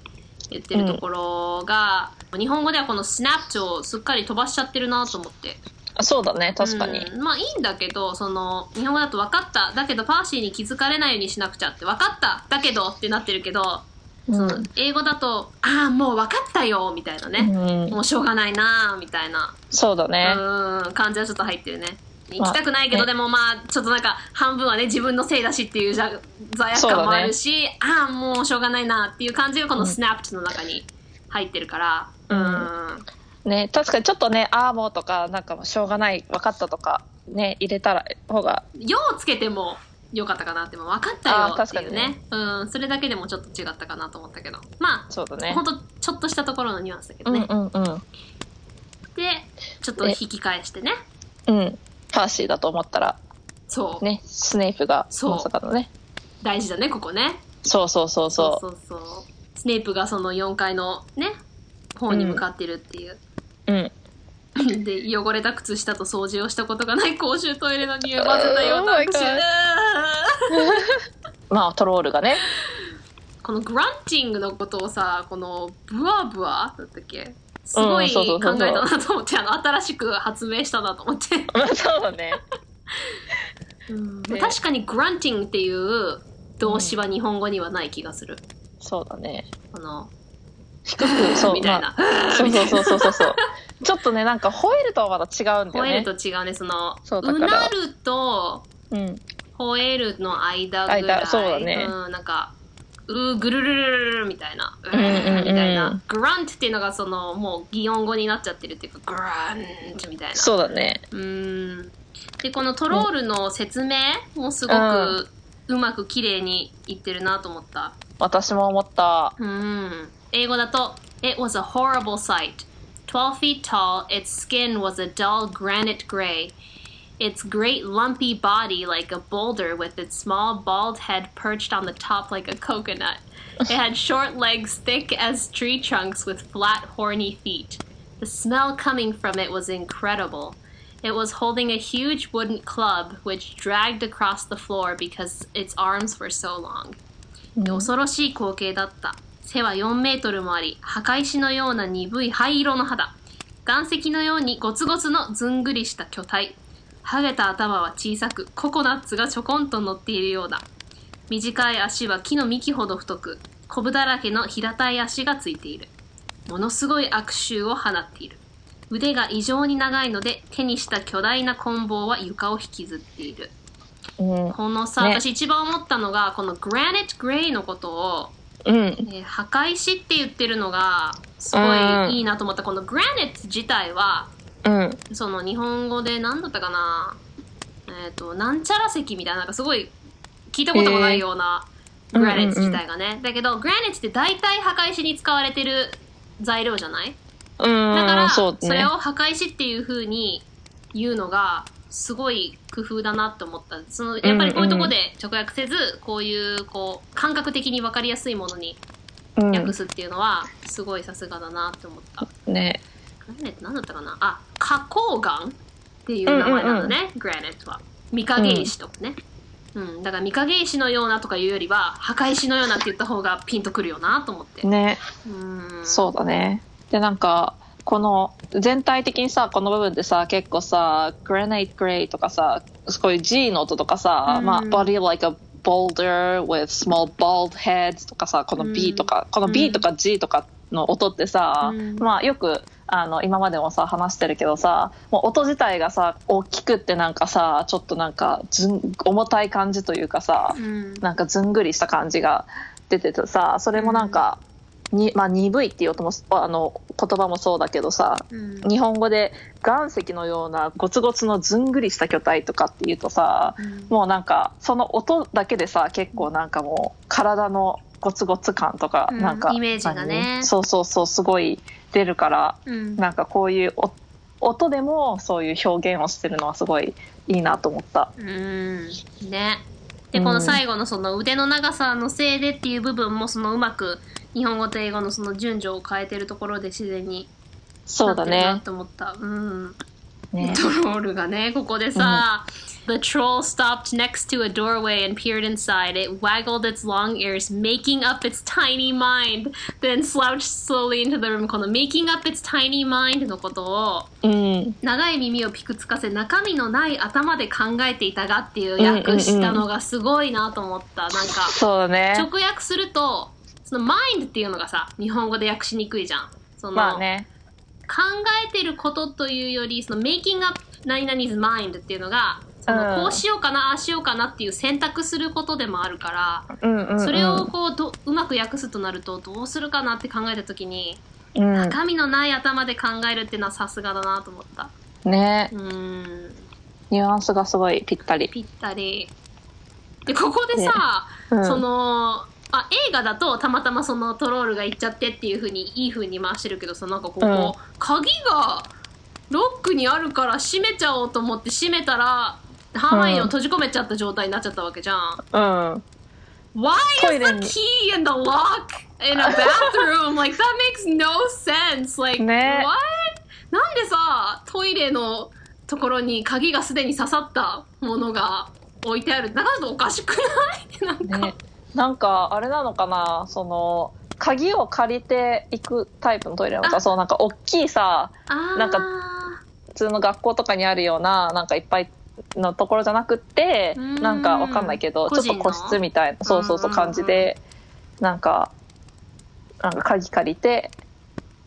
Speaker 2: 言ってるところが、日本語ではこの「snapped」をすっかり飛ばしちゃってるなと思って
Speaker 4: あそうだね、確かに。
Speaker 2: うんまあいいんだけどその日本語だと「分かった」だけどパーシーに気づかれないようにしなくちゃって「分かった」だけどってなってるけど
Speaker 4: うん。
Speaker 2: 英語だと「ああもう分かったよ」みたいなね、
Speaker 4: うん
Speaker 2: もうしょうがないなーみたいな
Speaker 4: そうだね。
Speaker 2: うん感じはちょっと入ってるね行
Speaker 4: まあ
Speaker 2: きたくないけど、
Speaker 4: ね
Speaker 2: でもまあちょっとなんか半分はね自分のせいだしっていうじゃ罪悪
Speaker 4: そうだ
Speaker 2: 感
Speaker 4: ね
Speaker 2: もあるし、ああもうしょうがないなっていう感じがこの「スナップの中に入ってるから
Speaker 4: うん
Speaker 2: うん
Speaker 4: ね、確かにちょっとね、ああもうとか、なんかもうしょうがない、分かったとか、ね、入れたら、方が、
Speaker 2: よをつけてもよかったかなっても分かった
Speaker 4: あ
Speaker 2: よ
Speaker 4: ー
Speaker 2: って
Speaker 4: 確か
Speaker 2: いう
Speaker 4: に
Speaker 2: ね
Speaker 4: ね
Speaker 2: うんそれだけでもちょっと違ったかなと思ったけどま
Speaker 4: そうだ
Speaker 2: あ、
Speaker 4: ね
Speaker 2: ほ。んとちょっとしたところのニュアンスだけ
Speaker 4: う
Speaker 2: ど
Speaker 4: ん
Speaker 2: ね、
Speaker 4: うんうん。
Speaker 2: でちょっと引き返してね
Speaker 4: うん。パーシーだと思ったら、
Speaker 2: そう、
Speaker 4: ね、スネイプが、
Speaker 2: そう
Speaker 4: まさかのね。
Speaker 2: 大事だねここね
Speaker 4: そうそうそうそう。
Speaker 2: そうそうそうスネープがその4階のね方に向かってるっていう、
Speaker 4: うん。
Speaker 2: で汚れた靴下と掃除をしたことがない公衆トイレの匂いを混ぜたよう な
Speaker 4: Oh my
Speaker 2: 悪臭
Speaker 4: God まあ、トロールが ね。
Speaker 2: このグランティングのことをさこのブワブワだったっけすごい
Speaker 4: そうそ
Speaker 2: 考
Speaker 4: う
Speaker 2: え
Speaker 4: そ
Speaker 2: た
Speaker 4: うそう
Speaker 2: なと思ってあの新しく発明したなと思って、
Speaker 4: まあ、そうだね。ね
Speaker 2: 確かにグランティングっていう動詞は日本語にはない気がする、
Speaker 4: そうだね。
Speaker 2: この
Speaker 4: 低 く、そう、
Speaker 2: みたい
Speaker 4: ま
Speaker 2: な、
Speaker 4: あ。そうそうそうそうそうそう。ちょっとね、なんか、吠えるとはまた違うんだよ
Speaker 2: 吠え
Speaker 4: ね
Speaker 2: ると。違うねその
Speaker 4: そうだ
Speaker 2: う
Speaker 4: から
Speaker 2: なると
Speaker 4: うん。
Speaker 2: 吠えるの間ぐらい
Speaker 4: 間そうだね
Speaker 2: ん、なんかうーぐるるるるるみたいな、うー
Speaker 4: うんうんうん
Speaker 2: みたいなグラントっていうのがそのもう擬音語になっちゃってるっていうかグラントみたいな
Speaker 4: そうだね。
Speaker 2: うーんでこのトロールの説明もすごくうまく綺麗にいってるなと思った
Speaker 4: 私も思った。
Speaker 2: うん英語だと「It was a horrible sight 12 feet tall its skin was a dull granite gray its great lumpy body like a boulder with its small bald head perched on the top like a coconut it had short legs thick as tree trunks with flat horny feet the smell coming from it was incredible it was holding a huge wooden club which dragged across the floor because its arms were so long で恐ろしい光景だった背は4メートルもあり墓石のような鈍い灰色の肌岩石のようにゴツゴツのずんぐりした巨体ハゲた頭は小さくココナッツがちょこんと乗っているようだ短い足は木の幹ほど太くコブだらけの平たい足がついているものすごい悪臭を放っている腕が異常に長いので手にした巨大な棍棒は床を引きずっている
Speaker 4: うん。
Speaker 2: このさ、
Speaker 4: ね
Speaker 2: 私一番思ったのがこのグラニットグレイのことを、
Speaker 4: うん。
Speaker 2: えー墓石って言ってるのがすご
Speaker 4: うん
Speaker 2: いいいなと思った、このグラニット自体は
Speaker 4: うん。
Speaker 2: その日本語で何だったかなえっ、となんちゃら石みたいななんかすごい聞いたこともないような
Speaker 4: えー
Speaker 2: グラニット自体がね、だけどグラニットって大体墓石に使われてる材料じゃない
Speaker 4: うーん
Speaker 2: だから
Speaker 4: そ、
Speaker 2: そうれ
Speaker 4: ね
Speaker 2: を、墓石っていう風に言うのがすごい工夫だなって思ったそのやっぱりこういうとこで直訳せず、こういうこう感覚的に分かりやすいものに
Speaker 4: うん
Speaker 2: 訳すっていうのはすごいさすがだなって思った、
Speaker 4: ね
Speaker 2: グラネット何だったかなあ花崗岩っていう名前なのね、グラネットは三影石とかね、うんだから三影石のようなとかいうよりは墓石のようなって言った方がピンとくるよなと思って、
Speaker 4: ね
Speaker 2: うん
Speaker 4: そうだねでなんかこの全体的にさこの部分でさ結構さ「Granite Grey」とかさこういう G の音とかさ「
Speaker 2: うん
Speaker 4: まあ、Body Like a Boulder with Small Bald Heads」とかさこの B とか、この B とか G とかの音ってさ、
Speaker 2: うん
Speaker 4: まあよくあの今までもさ話してるけどさもう音自体がさ大きくってなんかさちょっとなんかずん重たい感じというかさ、
Speaker 2: うん
Speaker 4: なんかずんぐりした感じが出ててさそれもなんか、にまあ、鈍いっていう音もあの言葉もそうだけどさ
Speaker 2: うん
Speaker 4: 日本語で岩石のようなゴツゴツのずんぐりした巨体とかっていうとさ
Speaker 2: うん
Speaker 4: もうなんかその音だけでさ結構なんかもう体のゴツゴツ感とか、
Speaker 2: うん
Speaker 4: なんか
Speaker 2: イメージがね
Speaker 4: 何そうそうそうすごい出るから
Speaker 2: うん
Speaker 4: なんかこういうお音でもそういう表現をしてるのはすごいいいなと思った。
Speaker 2: うんね。で、
Speaker 4: うん
Speaker 2: この最後のその腕の長さのせいでっていう部分もそのうまく日本語と英語のその順序を変えてるところで自然に
Speaker 4: そうだ
Speaker 2: なっ
Speaker 4: ね
Speaker 2: てるなと思った。うん。
Speaker 4: ね
Speaker 2: トロールがね、ここでさ、The troll stopped next to a doorway and peered inside. It waggled its long ears, making up its tiny mind, then slouched slowly into the room. この making up its tiny mind のことを、
Speaker 4: うん
Speaker 2: 長い耳をピクつかせ中身のない頭で考えていたがっていう訳したのがすごいなと思った、なんか
Speaker 4: そうだね
Speaker 2: 直訳するとそのマインドっていうのがさ日本語で訳しにくいじゃんその、
Speaker 4: まあね
Speaker 2: 考えてることというよりそのメイキングアップ何々 's mind っていうのがその、
Speaker 4: うん
Speaker 2: こうしようかなああしようかなっていう選択することでもあるから、
Speaker 4: うんうんうん、
Speaker 2: それをこうどうまく訳すとなるとどうするかなって考えた時に
Speaker 4: うん、
Speaker 2: 中身のない頭で考えるっていうのはさすがだなと思った。
Speaker 4: ね
Speaker 2: うん
Speaker 4: ニュアンスがすごいぴったり、
Speaker 2: ぴったりでここでさ、
Speaker 4: うん、
Speaker 2: そのあ映画だとたまたまそのトロールが行っちゃってっていうふうにいいふうに回してるけどさなんかここ、
Speaker 4: うん
Speaker 2: 鍵がロックにあるから閉めちゃおうと思って閉めたらハーマイオンを閉じ込めちゃった状態になっちゃったわけじゃん。
Speaker 4: うん、
Speaker 2: Why
Speaker 4: トイ
Speaker 2: is
Speaker 4: レ
Speaker 2: the
Speaker 4: に
Speaker 2: key in the lock in a bathroom? like that makes no sense. Like
Speaker 4: ね
Speaker 2: what? なんでさトイレのところに鍵がすでに刺さったものが置いてある。なんかおかしくないってなんか、
Speaker 4: ねなんかあれなのかなその鍵を借りていくタイプのトイレなのか
Speaker 2: あ
Speaker 4: そうなんか大きいさ
Speaker 2: あー
Speaker 4: なんか普通の学校とかにあるようななんかいっぱいのところじゃなくって
Speaker 2: うん
Speaker 4: なんかわかんないけどち
Speaker 2: 個
Speaker 4: ょっ
Speaker 2: 人
Speaker 4: と
Speaker 2: の
Speaker 4: 個室みたいなそうそうそう
Speaker 2: うんうんう
Speaker 4: 感
Speaker 2: ん
Speaker 4: じでなんかなんか鍵借りて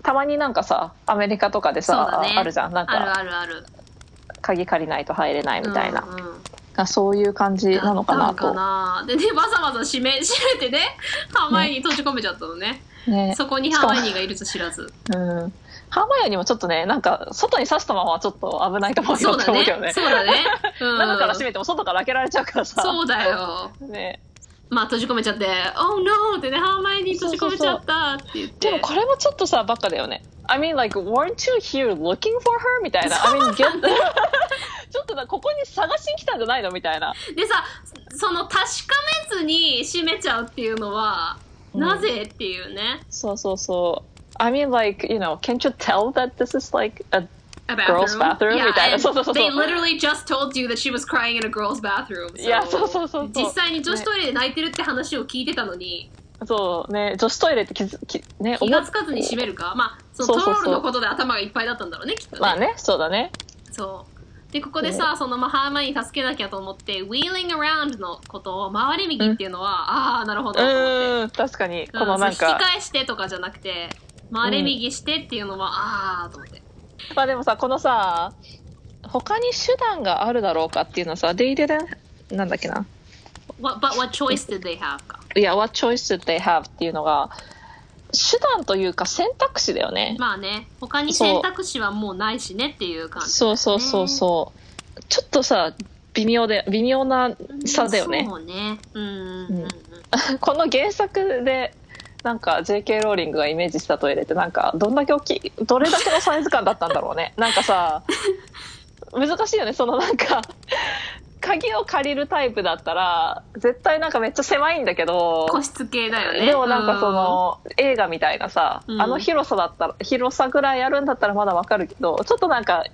Speaker 4: たまになんかさアメリカとかで
Speaker 2: そう
Speaker 4: さ、
Speaker 2: だね
Speaker 4: あるじゃんなん
Speaker 2: ある
Speaker 4: か
Speaker 2: あるある
Speaker 4: 鍵借りないと入れないみたいな、
Speaker 2: うんうん
Speaker 4: あそういう感じなのか
Speaker 2: だ
Speaker 4: な
Speaker 2: った
Speaker 4: と
Speaker 2: んかなでねわざわざ閉め閉めてねハーマイオンに閉じ込めちゃったのね
Speaker 4: ね
Speaker 2: そこにハーマイオニーがいると知らず
Speaker 4: うん、ハーマイオニーもちょっとねなんか外に刺したままはちょっと危ないかもよ
Speaker 2: そう
Speaker 4: って
Speaker 2: だ
Speaker 4: 思う
Speaker 2: ね
Speaker 4: け どね
Speaker 2: そうだね、うん、
Speaker 4: 中から閉めても外から開けられちゃうからさ
Speaker 2: そうだよ
Speaker 4: ね
Speaker 2: まあ閉じ込めちゃって「Oh no!」ってね「ハーマイオニー閉じ込めちゃった」って言って
Speaker 4: でもこれもちょっとさバカだよね I mean like weren't you here looking for her みたいな I mean get ちょっとなここに探しに来たんじゃないのみたいな
Speaker 2: でさその確かめずに閉めちゃうっていうのは、
Speaker 4: うん
Speaker 2: なぜっていうね
Speaker 4: そうそうそう I mean like you know can't you tell that this is like a
Speaker 2: A
Speaker 4: Girls' bathroom? みたいな
Speaker 2: and
Speaker 4: そうそうそうそう
Speaker 2: They literally just told you that she was crying in a girl's bathroom. So
Speaker 4: いやそうそうそうそう
Speaker 2: 実際に女子トイレで泣いてるって話を聞いてたのに、
Speaker 4: そうね女子トイレって気づきね
Speaker 2: 気がつかずに閉めるか。まあ、そ
Speaker 4: そ
Speaker 2: の
Speaker 4: う
Speaker 2: ト
Speaker 4: そ
Speaker 2: ロ
Speaker 4: うそう
Speaker 2: ールのことで頭がいっぱいだったんだろうね、きっとね。
Speaker 4: まあねそうだね
Speaker 2: そう。で、ここでさ、そのまあハーマイオニー助けなきゃと思って、wheeling around のことを回り右っていうのは、ああ、なるほど
Speaker 4: う
Speaker 2: と思って。
Speaker 4: ーん確かに
Speaker 2: うん
Speaker 4: このなん
Speaker 2: そう引
Speaker 4: か
Speaker 2: き返してとかじゃなくて、回れ右してっていうのは、ああ、と思って。
Speaker 4: まあでもさこのさ他に手段があるだろうかっていうのはさ they didn't なんだっけな
Speaker 2: What, but what choice did they have? か。
Speaker 4: いや what choice did they have っていうのが手段というか選択肢だよね、
Speaker 2: まあね、他に選択肢はもうないしねっていう感じ。
Speaker 4: そうそうそうそうちょっとさ微妙で微妙な差だよね
Speaker 2: そうね。うん。
Speaker 4: うんこの原作でなんか JK ローリングがイメージしたトイレってなんかどんだけ大きいどれだけのサイズ感だったんだろう ねなんかさ難しいよねそのなんか鍵を借りるタイプだったら絶対なんかめっちゃ狭いんだけど
Speaker 2: 個室系だよね
Speaker 4: でもなんかその映画みたいなさ、
Speaker 2: うん
Speaker 4: あの広さだったら広さぐらいあるんだったらまだわかるけどちょっとなんか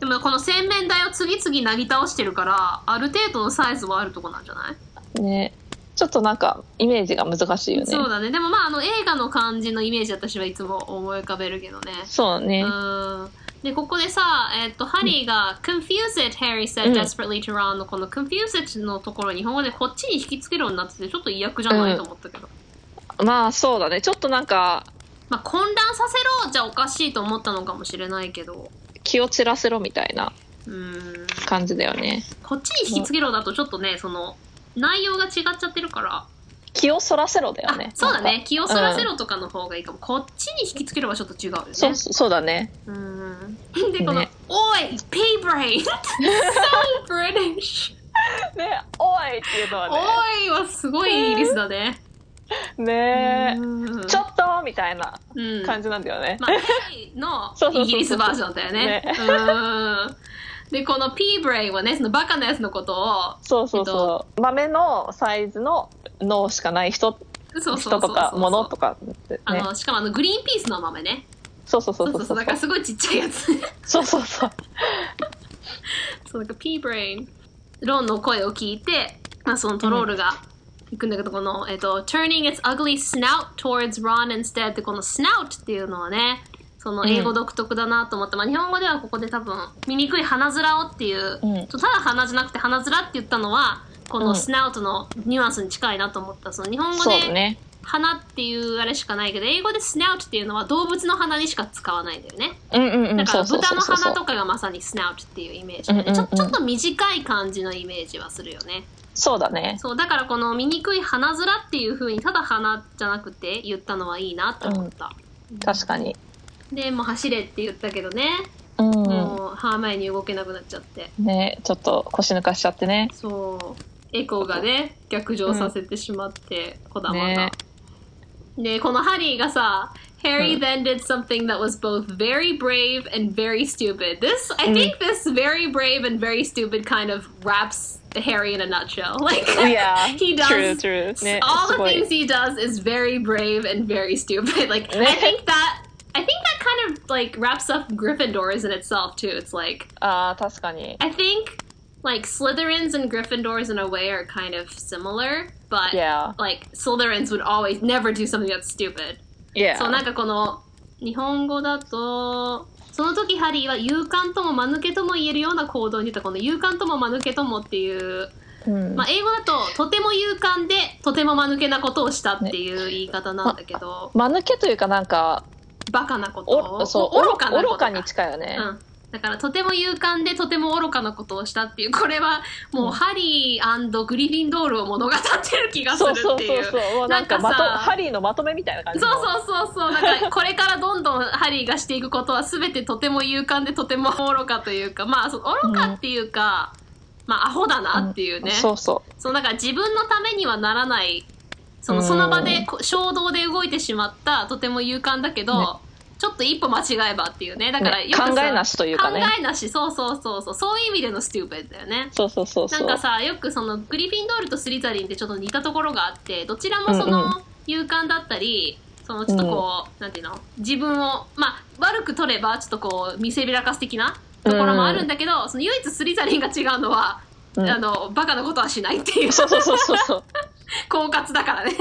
Speaker 2: うんでもこの洗面台を次々なぎ倒してるからある程度のサイズはあるとこなんじゃない
Speaker 4: ねちょっとなんかイメージが難しいよね
Speaker 2: そうだねでもまああの映画の感じのイメージ私はいつも思い浮かべるけどね
Speaker 4: そうね、
Speaker 2: うんでここでさ、えっとハリーが「Confuse it Harry said
Speaker 4: うん
Speaker 2: desperately to Ron」のこの「Confuse it」のところ日本語でこっちに引きつけるようになっててちょっと意訳じゃないと思ったけど、
Speaker 4: まあそうだねちょっとなんか
Speaker 2: まあ混乱させろじゃおかしいと思ったのかもしれないけど
Speaker 4: 気を散らせろみたいな
Speaker 2: うん
Speaker 4: 感じだよね
Speaker 2: こっちに引きつけろだとちょっとねその内容が違っちゃってるから
Speaker 4: 気をそらせろだよ
Speaker 2: あ
Speaker 4: ね
Speaker 2: そうだ
Speaker 4: なん
Speaker 2: ね
Speaker 4: か
Speaker 2: 気をそらせろとかの方がいいかも、こっちに引きつければちょっと違うよね
Speaker 4: そうそうだね
Speaker 2: うんでこの
Speaker 4: ね
Speaker 2: 「おい P ブレイン! 」「So British!
Speaker 4: ねおいっていうの」は
Speaker 2: 「おい!」はすごいイギリスだね
Speaker 4: ねね
Speaker 2: うん
Speaker 4: ちょっとみたいな
Speaker 2: うん
Speaker 4: 感じなんだよね、
Speaker 2: まあ、ヘイの
Speaker 4: そうそうそうそう
Speaker 2: イギリスバージョンだよね。
Speaker 4: ね
Speaker 2: うんで、このピーブレイはね、そのバカなやつのことを、
Speaker 4: そうそうそう、豆のサイズの脳しかない人
Speaker 2: そうそうそうそう
Speaker 4: 人とか物とかって
Speaker 2: あ
Speaker 4: ね
Speaker 2: の、しかもあの、グリーンピースの豆ね。
Speaker 4: そうそうそ
Speaker 2: そうう
Speaker 4: そう
Speaker 2: そうそ。
Speaker 4: そうう
Speaker 2: なんかすごいちっちゃいやつ。
Speaker 4: そうそうそう
Speaker 2: そう、なんかピーブレイン。ロンの声を聞いて、まあ、そのトロールが行くんだけど、この、えっと、turning its ugly snout towards Ron instead って、この snout っていうのはね、その英語独特だなと思って、まあ日本語ではここで多分「醜い鼻面を」っていう、
Speaker 4: うん
Speaker 2: ただ鼻じゃなくて鼻面って言ったのはこ
Speaker 4: う
Speaker 2: の
Speaker 4: ん
Speaker 2: スナウトのニュアンスに近いなと思ったその日本語
Speaker 4: そうだ
Speaker 2: で
Speaker 4: ね
Speaker 2: 鼻っていうあれしかないけど英語でスナウトっていうのは動物の鼻にしか使わないんだよね
Speaker 4: うんうんう
Speaker 2: だ
Speaker 4: ん
Speaker 2: か
Speaker 4: そ
Speaker 2: ら
Speaker 4: うそうそ
Speaker 2: 豚
Speaker 4: う
Speaker 2: の
Speaker 4: そう
Speaker 2: 鼻とかがまさにスナウトっていうイメージで
Speaker 4: うんうんうん
Speaker 2: ちょちょっと短い感じのイメージはするよね
Speaker 4: そうだね
Speaker 2: そうだからこの醜い鼻面っていう風にただ鼻じゃなくて言ったのはいいなって思った、
Speaker 4: 確かに
Speaker 2: でもう走れって言ったけどね、
Speaker 4: うん
Speaker 2: もう歯前に動けなくなっちゃって
Speaker 4: ねちょっと腰抜かしちゃってね
Speaker 2: そうエコがね逆上させてしまって、こだまが、
Speaker 4: ね
Speaker 2: でこのハリーがさ Harry
Speaker 4: うん
Speaker 2: then did something that was both very brave and very stupid. This,
Speaker 4: Mm.
Speaker 2: I think this very brave and very stupid kind of wraps Harry in a nutshell. Like,
Speaker 4: Yeah,
Speaker 2: he does
Speaker 4: true, true. ね
Speaker 2: all
Speaker 4: す
Speaker 2: the
Speaker 4: ご
Speaker 2: things
Speaker 4: い
Speaker 2: he does is very brave and very stupid. Like, I
Speaker 4: Ne.
Speaker 2: think that, I think that kind of like wraps up Gryffindors in itself too. It's like,
Speaker 4: ああ確かに
Speaker 2: I think like Slytherins and Gryffindors in a way are kind of similar, but
Speaker 4: Yeah
Speaker 2: like Slytherins would always never do something that's stupid.
Speaker 4: Yeah
Speaker 2: そうなんかこの日本語だとその時ハリーは勇敢とも間抜けとも言えるような行動に出たこの勇敢とも間抜けともっていう、
Speaker 4: うん
Speaker 2: まあ、英語だととても勇敢でとても間抜けなことをしたっていう言い方なんだけど、
Speaker 4: 間抜けというかなんか
Speaker 2: バカなことを
Speaker 4: おそう
Speaker 2: 愚かなこと
Speaker 4: 愚かに近いよね
Speaker 2: うん、だからとても勇敢でとても愚かなことをしたっていうこれはもう、ハリーグリフィンドールを物語ってる気がす
Speaker 4: そ
Speaker 2: るっ
Speaker 4: うそう
Speaker 2: て
Speaker 4: そ
Speaker 2: いうう。
Speaker 4: そうもうなんか
Speaker 2: なん
Speaker 4: ま
Speaker 2: か
Speaker 4: と
Speaker 2: さ
Speaker 4: ハリーのまとめみたいな感
Speaker 2: そう
Speaker 4: じ
Speaker 2: そ
Speaker 4: の
Speaker 2: うそうそうなんかこれからどんどんハリーがしていくことは全てとても勇敢でとても愚かというかまあそう愚かっていうか、まあアホだなっていうね、
Speaker 4: そうそ
Speaker 2: そうだから自分のためにはならないそのその場でこ衝動で動いてしまったとても勇敢だけど、
Speaker 4: ね
Speaker 2: ちょっと一歩間違えばっていうねだから
Speaker 4: ね
Speaker 2: よくさ、
Speaker 4: 考えなしというかね
Speaker 2: 考えなしそうそうそうそうそういう意味でのステューペッドだよね
Speaker 4: うそうそうそう
Speaker 2: なん
Speaker 4: そう
Speaker 2: かさよくそのグリフィンドールとスリザリンってちょっと似たところがあってどちらも
Speaker 4: うん
Speaker 2: そ
Speaker 4: うん
Speaker 2: の勇敢だったり、そのちょっとこう、なんていうの自分をまあ悪く取ればちょっとこう見せびらかす的なところもあるんだけど、その唯一スリザリンが違うのは、
Speaker 4: うん
Speaker 2: あのバカなことはしないって いう
Speaker 4: そうそうそうそうそう
Speaker 2: 狡猾だからね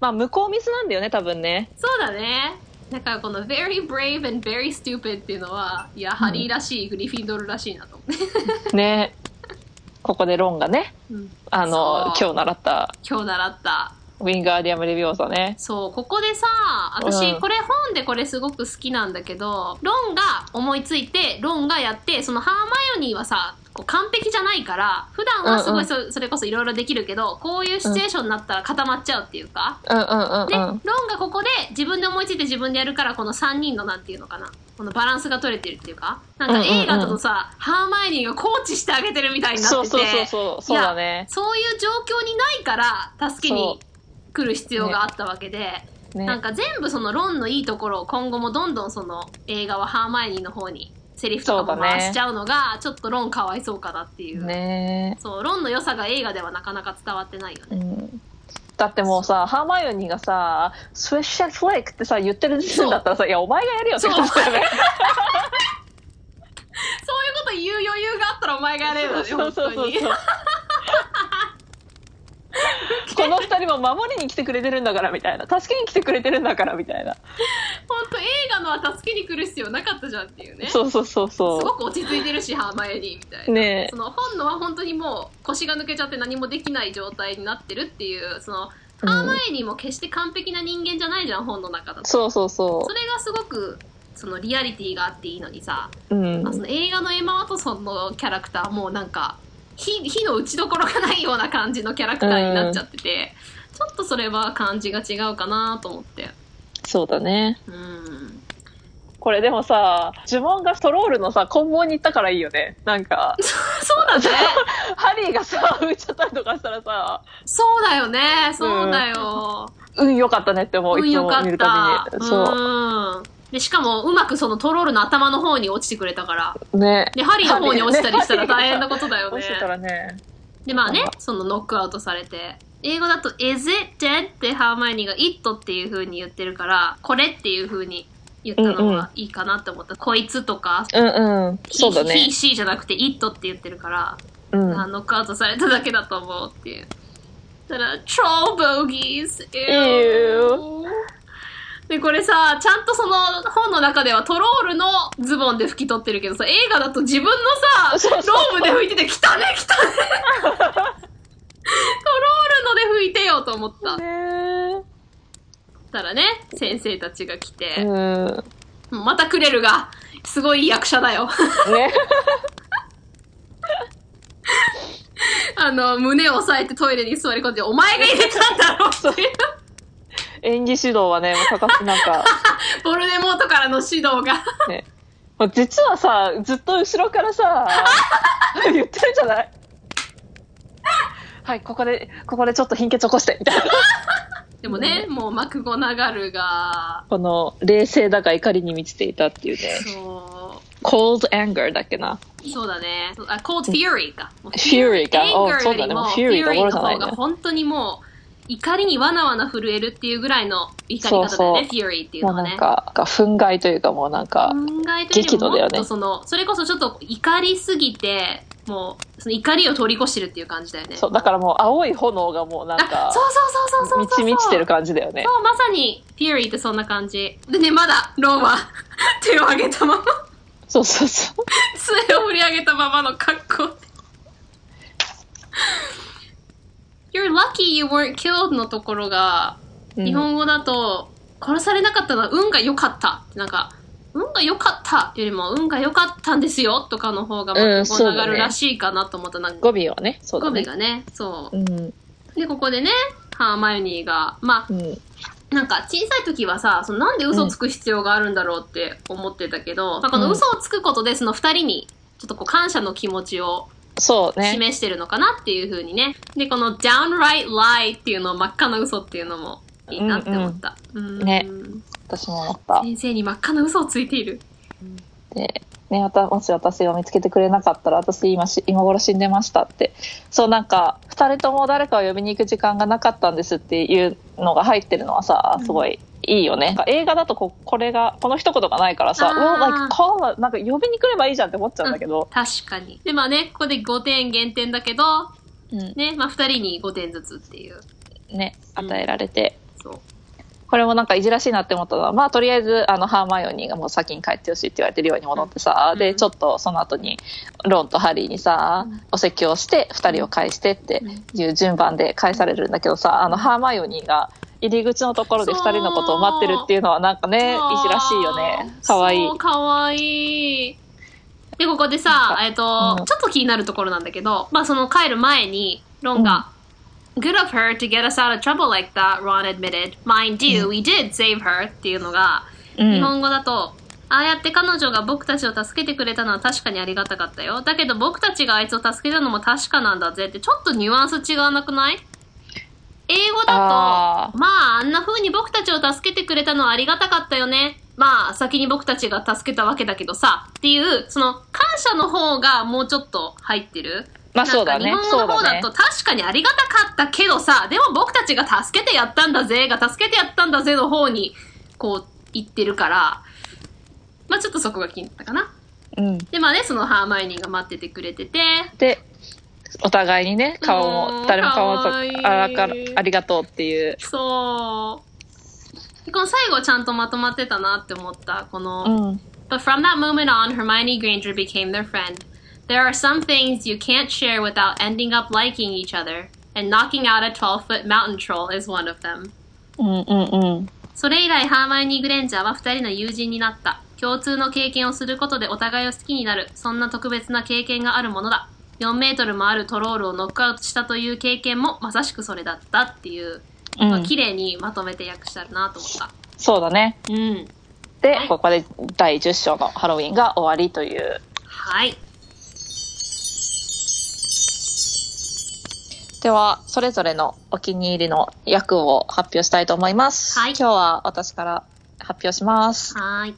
Speaker 4: まあ向こう水なんだよね多分ね
Speaker 2: そうだねだからこの very brave and very stupid っていうのはいやハリーらしい、グリフィンドールらしいなと思って、
Speaker 4: ねここでロンがね
Speaker 2: うん
Speaker 4: あの
Speaker 2: そ
Speaker 4: 今
Speaker 2: う
Speaker 4: 日習った
Speaker 2: 今日習った
Speaker 4: ウィンガーディアムレビューザね
Speaker 2: そうここでさ私、
Speaker 4: うん
Speaker 2: これ本でこれすごく好きなんだけどロンが思いついてロンがやってそのハーマイオニーはさこう完璧じゃないから普段はすごいそ,、それこそいろいろできるけどこういうシチュエーションになったら固まっちゃうっていうか、
Speaker 4: うんうんうん
Speaker 2: で、
Speaker 4: う
Speaker 2: ロ
Speaker 4: ん
Speaker 2: ンがここで自分で思いついて自分でやるからこの3人のなんていうのかなこのバランスが取れてるっていうかなん
Speaker 4: うんう
Speaker 2: か
Speaker 4: んうん
Speaker 2: 映画だとさ、ハーマイオニーがコーチしてあげてるみたいになってて
Speaker 4: そうそうそうそうそうだね
Speaker 2: そういう状況にないから助けに来る必要があったわけで、
Speaker 4: ね
Speaker 2: なんか全部そのロンのいいところを今後もどんどんその映画はハーマイオニーの方にセリフとか
Speaker 4: そう
Speaker 2: も
Speaker 4: だね
Speaker 2: 回しちゃうのがちょっとロンかわいそうかなっていう。
Speaker 4: ね
Speaker 2: そうロンの良さが映画ではなかなか伝わってないよね。
Speaker 4: うんだってもうさハーマイオニーがさ「スウェッシャーフレイク」ってさ言ってる時点だったらさ「いやお前がやるよ」って
Speaker 2: そう
Speaker 4: 感じだよね
Speaker 2: そういうこと言う余裕があったらお前がやれるよね、
Speaker 4: そう
Speaker 2: 本
Speaker 4: そ
Speaker 2: 当
Speaker 4: うそう
Speaker 2: に
Speaker 4: そ。うこの二人も守りに来てくれてるんだからみたいな助けに来てくれてるんだからみたいな、
Speaker 2: 本当映画のは助けに来る必要なかったじゃんっていうね。
Speaker 4: そうそうそう
Speaker 2: す
Speaker 4: そ
Speaker 2: ごく落ち着いてるし、ハーマイオニーみたいな
Speaker 4: う。ね
Speaker 2: その本のは本当にもう腰が抜けちゃって何もできない状態になってるっていうその
Speaker 4: うん
Speaker 2: ハーマイオニーも決して完璧な人間じゃないじゃん本の中だと
Speaker 4: そうそうそ
Speaker 2: それがすごくそのリアリティがあっていいのにさ、
Speaker 4: ううん
Speaker 2: まあその映画のエマ・ワトソンのキャラクターもなんか火火の打ちどころがないような感じのキャラクターになっちゃってて、ちょっとそれは感じが違うかなと思って
Speaker 4: そうだね
Speaker 2: うん
Speaker 4: これでもさ呪文がトロールのさ混合に行ったからいいよねなん か
Speaker 2: そうだね
Speaker 4: ハリーがさ打っちゃったりとかしたらさ
Speaker 2: そうだよねそうだよ、
Speaker 4: 運良かったねって思う、
Speaker 2: 運
Speaker 4: いつ
Speaker 2: 良か
Speaker 4: も見
Speaker 2: っ
Speaker 4: るた
Speaker 2: た。
Speaker 4: びにそう
Speaker 2: うんで、しかも、うまくそのトロールの頭の方に落ちてくれたから。
Speaker 4: ね
Speaker 2: で、ハリーの方に落ちたりしたら大変なことだよ
Speaker 4: 落
Speaker 2: ね
Speaker 4: ち。てたらね
Speaker 2: で、まあね、そのノックアウトされて。英語だと、is it dead? ってハーマイオニーが it っていう風に言ってるから、これっていう風に言ったの
Speaker 4: うんうん
Speaker 2: がいいかなって思った。こいつとか、
Speaker 4: うんうんそうだね
Speaker 2: he, she じゃなくて it って言ってるから、
Speaker 4: うん
Speaker 2: あノックアウトされただけだと思うっていう。ただ、超ボギーズ。
Speaker 4: Ew
Speaker 2: で、これさ、ちゃんとその本の中ではトロールのズボンで拭き取ってるけどさ、映画だと自分のさ、
Speaker 4: そうそう
Speaker 2: ローブで拭いてて、来たね来たねトロールので拭いてよと思った。
Speaker 4: ね
Speaker 2: たらね、先生たちが来
Speaker 4: う
Speaker 2: て、
Speaker 4: ん
Speaker 2: もうまたくれるが、すごいいい役者だよ。
Speaker 4: ね
Speaker 2: あの、胸を押さえてトイレに座り込んで、お前が入れたんだろうっていう。
Speaker 4: 演技指導はねもう欠かすなんか
Speaker 2: ボルデモートからの指導が。
Speaker 4: ねもう実はさずっと後ろからさ言ってるじゃないはいここでここでちょっと貧血起こしてみたいな
Speaker 2: でもね、もうマクゴナガルが、
Speaker 4: この冷静だが怒りに満ちていたっていうね
Speaker 2: そ
Speaker 4: cold anger だっけな
Speaker 2: う、そうだね。あ、Cold Fury か。もう
Speaker 4: fury が
Speaker 2: Anger
Speaker 4: おそう
Speaker 2: よ
Speaker 4: だ
Speaker 2: り
Speaker 4: ね
Speaker 2: も、
Speaker 4: fury どころ
Speaker 2: Fury の
Speaker 4: じゃな
Speaker 2: 方
Speaker 4: いね
Speaker 2: が本当にもう、怒りにわなわな震えるっていうぐらいの怒り方だよね、
Speaker 4: そ
Speaker 2: Fury っていう
Speaker 4: もう
Speaker 2: のは
Speaker 4: なん
Speaker 2: ね。
Speaker 4: かなんか憤慨というかもうなんか、
Speaker 2: 憤慨というより
Speaker 4: 激怒だ
Speaker 2: もも
Speaker 4: よ
Speaker 2: っ
Speaker 4: ね
Speaker 2: とその、それこそちょっと怒りすぎて、もう、その怒りを通り越してるっていう感じだよね。
Speaker 4: そうだからもう青い炎がもうなん
Speaker 2: あ、
Speaker 4: か
Speaker 2: そうそうそうそうそうそう。
Speaker 4: 満ち満ちてる感じだよね
Speaker 2: そう、まさに、フューリーってそんな感じ。でね、まだ、ローは、手を上げたま ま、
Speaker 4: そうそうそう
Speaker 2: 杖を振り上げたままの格好。You're lucky you weren't killed のところが、
Speaker 4: うん
Speaker 2: 日本語だと、殺されなかったのは運が良かった。なんか、運が良かったよりも、運が良かったんですよとかの方が、
Speaker 4: うん
Speaker 2: こう
Speaker 4: そう
Speaker 2: 流
Speaker 4: だね
Speaker 2: るらしいかなと思った。なん
Speaker 4: 語
Speaker 2: か、
Speaker 4: 尾はねそう
Speaker 2: 語
Speaker 4: だ
Speaker 2: 尾
Speaker 4: ね
Speaker 2: がね、そう
Speaker 4: う。ん
Speaker 2: で、ここでね、ハーマイオニーが、まあ、
Speaker 4: うん
Speaker 2: なんか小さい時はさそのなんで嘘をつく必要があるんだろうって思ってたけど、まあ、この嘘をつくことでその2人にちょっとこう感謝の気持ちを
Speaker 4: そうね
Speaker 2: 示してるのかなっていうふうにねでこの「downright lie」っていうの真っ赤な嘘っていうのもいいなって思った、うん
Speaker 4: ね私も思った
Speaker 2: 先生に真っ赤な嘘をついている
Speaker 4: で、ね、またもし私が見つけてくれなかったら私今し今頃死んでましたってそうなんか2人とも誰かを呼びに行く時間がなかったんですっていうのが入ってるのはさすごい。いいよねなんか映画だとここれがこの一言がないからさ
Speaker 2: あー
Speaker 4: うわなんかこうなんか呼びに来ればいいじゃんって思っちゃうんだけど、
Speaker 2: 確かにでまあねここで5点減点だけど、
Speaker 4: うん
Speaker 2: ねまあ、2人に5点ずつっていう
Speaker 4: ね
Speaker 2: うん
Speaker 4: 与えられて、
Speaker 2: そう
Speaker 4: これもなんかいじらしいなって思ったのはまあとりあえずあのハーマイオニーがもう先に帰ってほしいって言われて寮に戻ってさ、
Speaker 2: うん
Speaker 4: でちょっとその後にロンとハリーにさ、
Speaker 2: うん
Speaker 4: お説教をして2人を返してっていう順番で返されるんだけどさあのハーマイオニーが入り口のところで2人のことを待ってるっていうのはなんかねいじらしいよねかわいい
Speaker 2: そう、かわいい。で、ここでさ
Speaker 4: なん、か
Speaker 2: えっと、
Speaker 4: うん
Speaker 2: ちょっと気になるところなんだけど、まあその帰る前に、ロンが、Good of her to get us out of trouble like that, Ron admitted. Mind you, we did save her っていうのが、
Speaker 4: うん
Speaker 2: 日本語だと、ああやって彼女が僕たちを助けてくれたのは確かにありがたかったよ。だけど僕たちがあいつを助けたのも確かなんだぜって、ちょっとニュアンス違わなくない英語だ
Speaker 4: あ
Speaker 2: と、まあ、あんな風に僕たちを助けてくれたのはありがたかったよね。まあ、先に僕たちが助けたわけだけどさ、っていう、その、感謝の方がもうちょっと入ってる。
Speaker 4: まあそうだね
Speaker 2: なんか日本語の方だ
Speaker 4: そ
Speaker 2: と、確かにありがたかったけどさ、でも僕たちが助けてやったんだぜ、が助けてやったんだぜの方に、こう、言ってるから、まあちょっとそこが気になったかな。
Speaker 4: うん、
Speaker 2: で、まあね、そのハーマイオニーが待っててくれてて、
Speaker 4: でお互いにね顔
Speaker 2: う
Speaker 4: も
Speaker 2: ん
Speaker 4: 誰も顔も
Speaker 2: かわいい
Speaker 4: あらかありがとうっていう、
Speaker 2: そう。でこの最後ちゃんとまとまってたなって思った。この、
Speaker 4: うん、
Speaker 2: But from that moment on, Hermione Granger became their friend. There are some things you can't share without ending up liking each other, and knocking out a 12 foot mountain troll is one of them.
Speaker 4: うんうんうん
Speaker 2: それ以来、ハーマイオニー・グレンジャーは二人の友人になった。共通の経験をすることでお互いを好きになる、そんな特別な経験があるものだ。4メートルもあるトロールをノックアウトしたという経験もまさしくそれだったっていう、
Speaker 4: うん
Speaker 2: まあ綺麗にまとめて訳してあるなと思った。
Speaker 4: そうだね
Speaker 2: うん。
Speaker 4: で
Speaker 2: はい
Speaker 4: ここで第10章のハロウィンが終わりという
Speaker 2: はい。
Speaker 4: ではそれぞれのお気に入りの役を発表したいと思います、
Speaker 2: はい
Speaker 4: 今日は私から発表します
Speaker 2: はーい。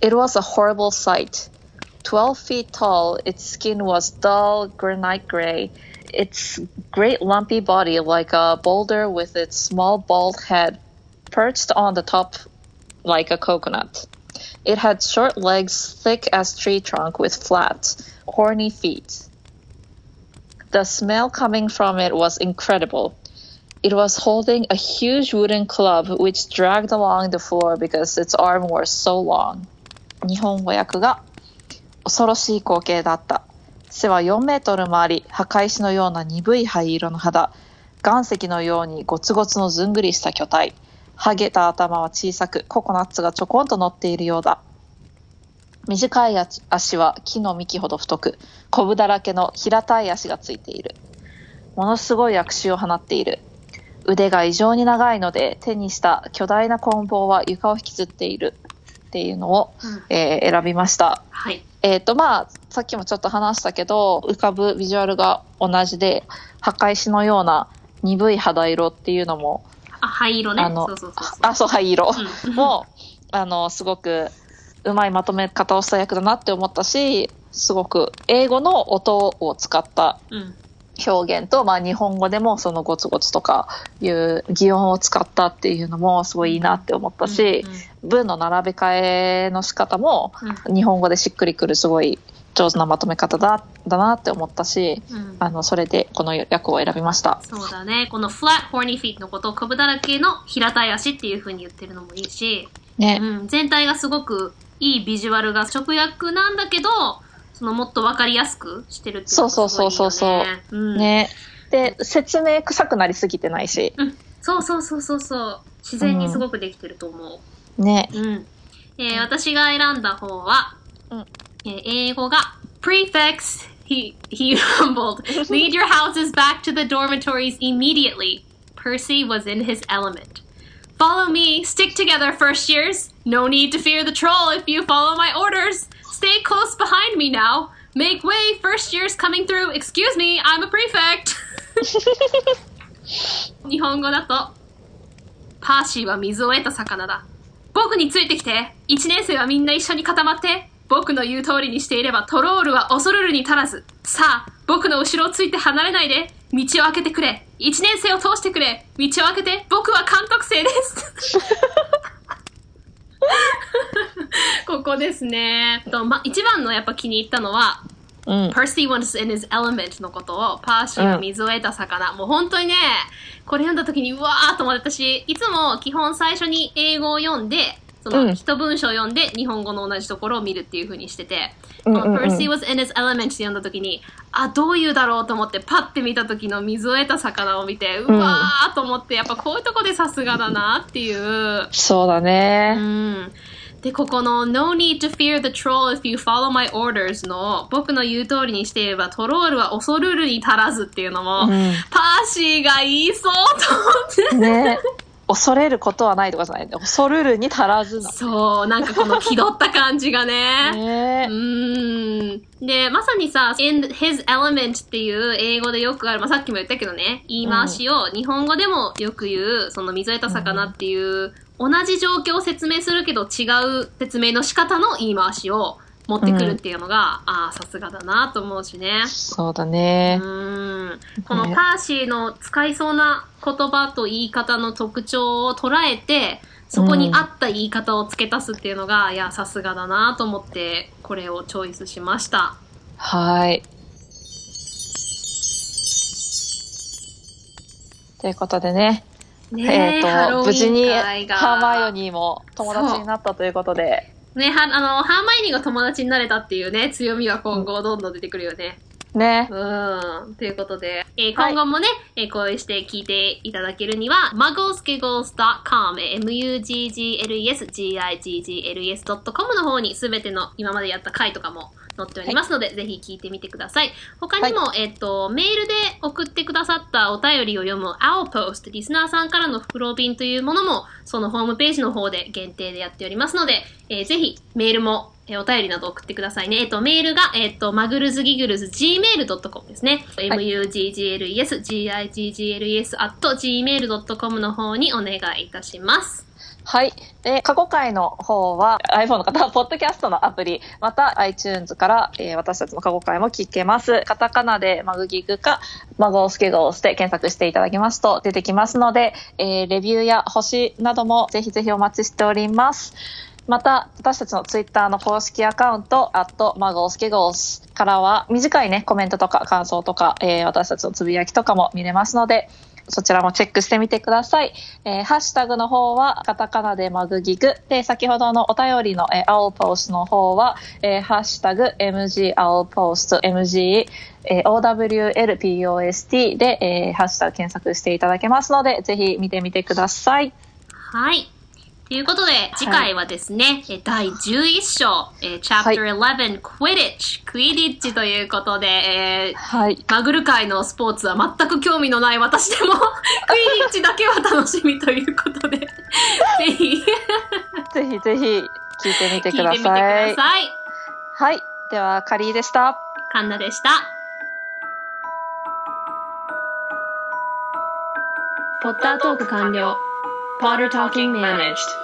Speaker 4: It was a horrible sight. Twelve feet tall, its skin was dull granite gray. Its great lumpy body, like a boulder with its small bald head, perched on the top like a coconut. It had short legs thick as tree trunk with flat, horny feet. The smell coming from it was incredible. It was holding a huge wooden club which dragged along the floor because its arm was so long. 日本語訳が恐ろしい光景だった背は4メートルもあり墓石のような鈍い灰色の肌岩石のようにゴツゴツのずんぐりした巨体ハゲた頭は小さくココナッツがちょこんと乗っているようだ短い足足は木の幹ほど太くコブだらけの平たい足がついているものすごい悪臭を放っている腕が異常に長いので手にした巨大な棍棒は床を引きずっているっていうのを、
Speaker 2: うん
Speaker 4: えー選びました。
Speaker 2: はい。
Speaker 4: えっ、とまあさっきもちょっと話したけど浮かぶビジュアルが同じで墓石のような鈍い肌色っていうのも
Speaker 2: あ、灰色ね。
Speaker 4: あの
Speaker 2: そうそうそうそう。
Speaker 4: あそう灰色
Speaker 2: うん
Speaker 4: も、あのすごくうまいまとめ方をした役だなって思ったしすごく英語の音を使った
Speaker 2: うん。
Speaker 4: 表現と、まあ、日本語でもそのゴツゴツとかいう擬音を使ったっていうのもすごいいいなって思ったし、文の並べ替えの仕方も
Speaker 2: うん、
Speaker 4: 日本語でしっくりくるすごい上手なまとめ方だだなって思ったし
Speaker 2: うんうん
Speaker 4: あのそれでこの役を選びました
Speaker 2: そうだね。この flat horny feet のことをコブだらけの平たい足っていう風に言ってるのもいいし、
Speaker 4: ね
Speaker 2: うん、全体がすごくいいビジュアルが直訳なんだけど、そのもっとわかりやすくしてるっていうのがすごいいいよね。。
Speaker 4: そうそうそうそう
Speaker 2: うん、
Speaker 4: ねで説明臭くなりすぎてないし
Speaker 2: そうそうそうそうそう。自然にすごくできてると思う。
Speaker 4: ね
Speaker 2: うん。えー私が選んだ方は、
Speaker 4: うん
Speaker 2: えー英語が、Prefix, he, he rumbled, lead your houses back to the dormitories immediately. Percy was in his element. Follow me, stick together, first years. No need to fear the troll if you follow my orders. Stay close behind me now. Make way, first years coming through. Excuse me, I'm a prefect. 日本語だと、パーシーは水を得た魚だ。僕についてきて1年生はみんな一緒に固まって僕の言う通りにしていればトロールは恐るるに足らずさあ僕の後ろをついて離れないで道を開けてくれ1年生を通してくれ道を開けて僕は監督生です ここですねと、ま、一番のやっぱ気に入ったのは
Speaker 4: うん、
Speaker 2: Percy was in his element のことをパーシーが水を得た魚、もう本当にねこれ読んだ時にうわーっと思ってたしいつも基本最初に英語を読んでそうの
Speaker 4: ん
Speaker 2: 一文章を読んで日本語の同じところを見るっていう風にしてて、
Speaker 4: うん
Speaker 2: この
Speaker 4: うんうん
Speaker 2: Percy was in his element って読んだ時にあどういうだろうと思ってパッて見た時の水を得た魚を見てうわーと思ってやっぱこういうとこでさすがだなっていう。
Speaker 4: そうだね、
Speaker 2: うんで、ここの No need to fear the troll if you follow my orders の僕の言う通りにしていればトロールは恐るるに足らずっていうの
Speaker 4: う
Speaker 2: も、
Speaker 4: ん
Speaker 2: パーシーが言いそうと思って。
Speaker 4: ね恐れることはないとかじゃないんで恐るるに足らずな
Speaker 2: そうなんかこの気取った感じがね
Speaker 4: ね
Speaker 2: うーんで、まさにさ、in his element っていう英語でよくある、まあ、さっきも言ったけどね、言い回しを日本語でもよく言う、その水得た魚っていう、同じ状況を説明するけど違う説明の仕方の言い回しを持ってくるっていうのが、ああ、さすがだなと思うしね。
Speaker 4: そうだ
Speaker 2: う
Speaker 4: ね、
Speaker 2: ーんこのパーシーの使いそうな言葉と言い方の特徴を捉えてそこに合った言い方を付け足すっていうのが、いやさすがだなと思ってこれをチョイスしました
Speaker 4: はいということでね、
Speaker 2: ねえ
Speaker 4: えっ、
Speaker 2: ハロウ
Speaker 4: と
Speaker 2: ィ
Speaker 4: 無事に
Speaker 2: ーン会が
Speaker 4: ハーマイオニーも友達になったということで
Speaker 2: ねはあのハーマイオニーが友達になれたっていうね強みは今後どんどん出てくるよね
Speaker 4: ね
Speaker 2: うんということで、えー
Speaker 4: はい
Speaker 2: 今後もね、えーこうして聞いていただけるには、mugglesgiggles.com、えー muggles.giggles.com の方にすべての今までやった回とかも載っておりますので、ぜひ聞いてみてください。他にも、えっ、と、メールで送ってくださったお便りを読む Our Post、リスナーさんからの袋便というものも、そのホームページの方で限定でやっておりますので、えーぜひメールも、えーお便りなど送ってくださいね。えっ、と、メールが、えっ、と、マグルズギグルズ gmail.com ですね。muggles, giggles gmail.com の方にお願いいたします。
Speaker 4: はい。で、過去回の方は iPhone の方は、ポッドキャストのアプリ、また iTunes から、えー私たちの過去回も聞けます。カタカナでマグギグかマグオスケゴをして検索していただきますと出てきますので、えーレビューや星などもぜひぜひお待ちしております。また、私たちの Twitter の公式アカウント、アットマグオスケゴスからは、短いね、コメントとか感想とか、えー私たちのつぶやきとかも見れますので、そちらもチェックしてみてください。えーハッシュタグの方は、カタカナでマグギグ。で、先ほどのお便りの、えー、青ポースの方は、えーハッシュタグ、MG 青ポース、MG、えー OWLPOST で、えーハッシュタグ検索していただけますので、ぜひ見てみてください。
Speaker 2: はい。ということで、次回はですね、えー第11章、えー Chapter 11、Quidditch、Quidditch ということで、えー
Speaker 4: はい。
Speaker 2: マグル界のスポーツは全く興味のない私で も、クイーンチだけは楽しみということで、ぜひ
Speaker 4: ぜひぜひ、聞いてみ
Speaker 2: 聞
Speaker 4: て
Speaker 2: いてみて
Speaker 4: く
Speaker 2: く
Speaker 4: だ
Speaker 2: だ
Speaker 4: さい。
Speaker 2: さい。
Speaker 4: はい。では、カリーでした。
Speaker 2: カンナでした。
Speaker 1: ポッタートーク完了。Potter Talking Managed.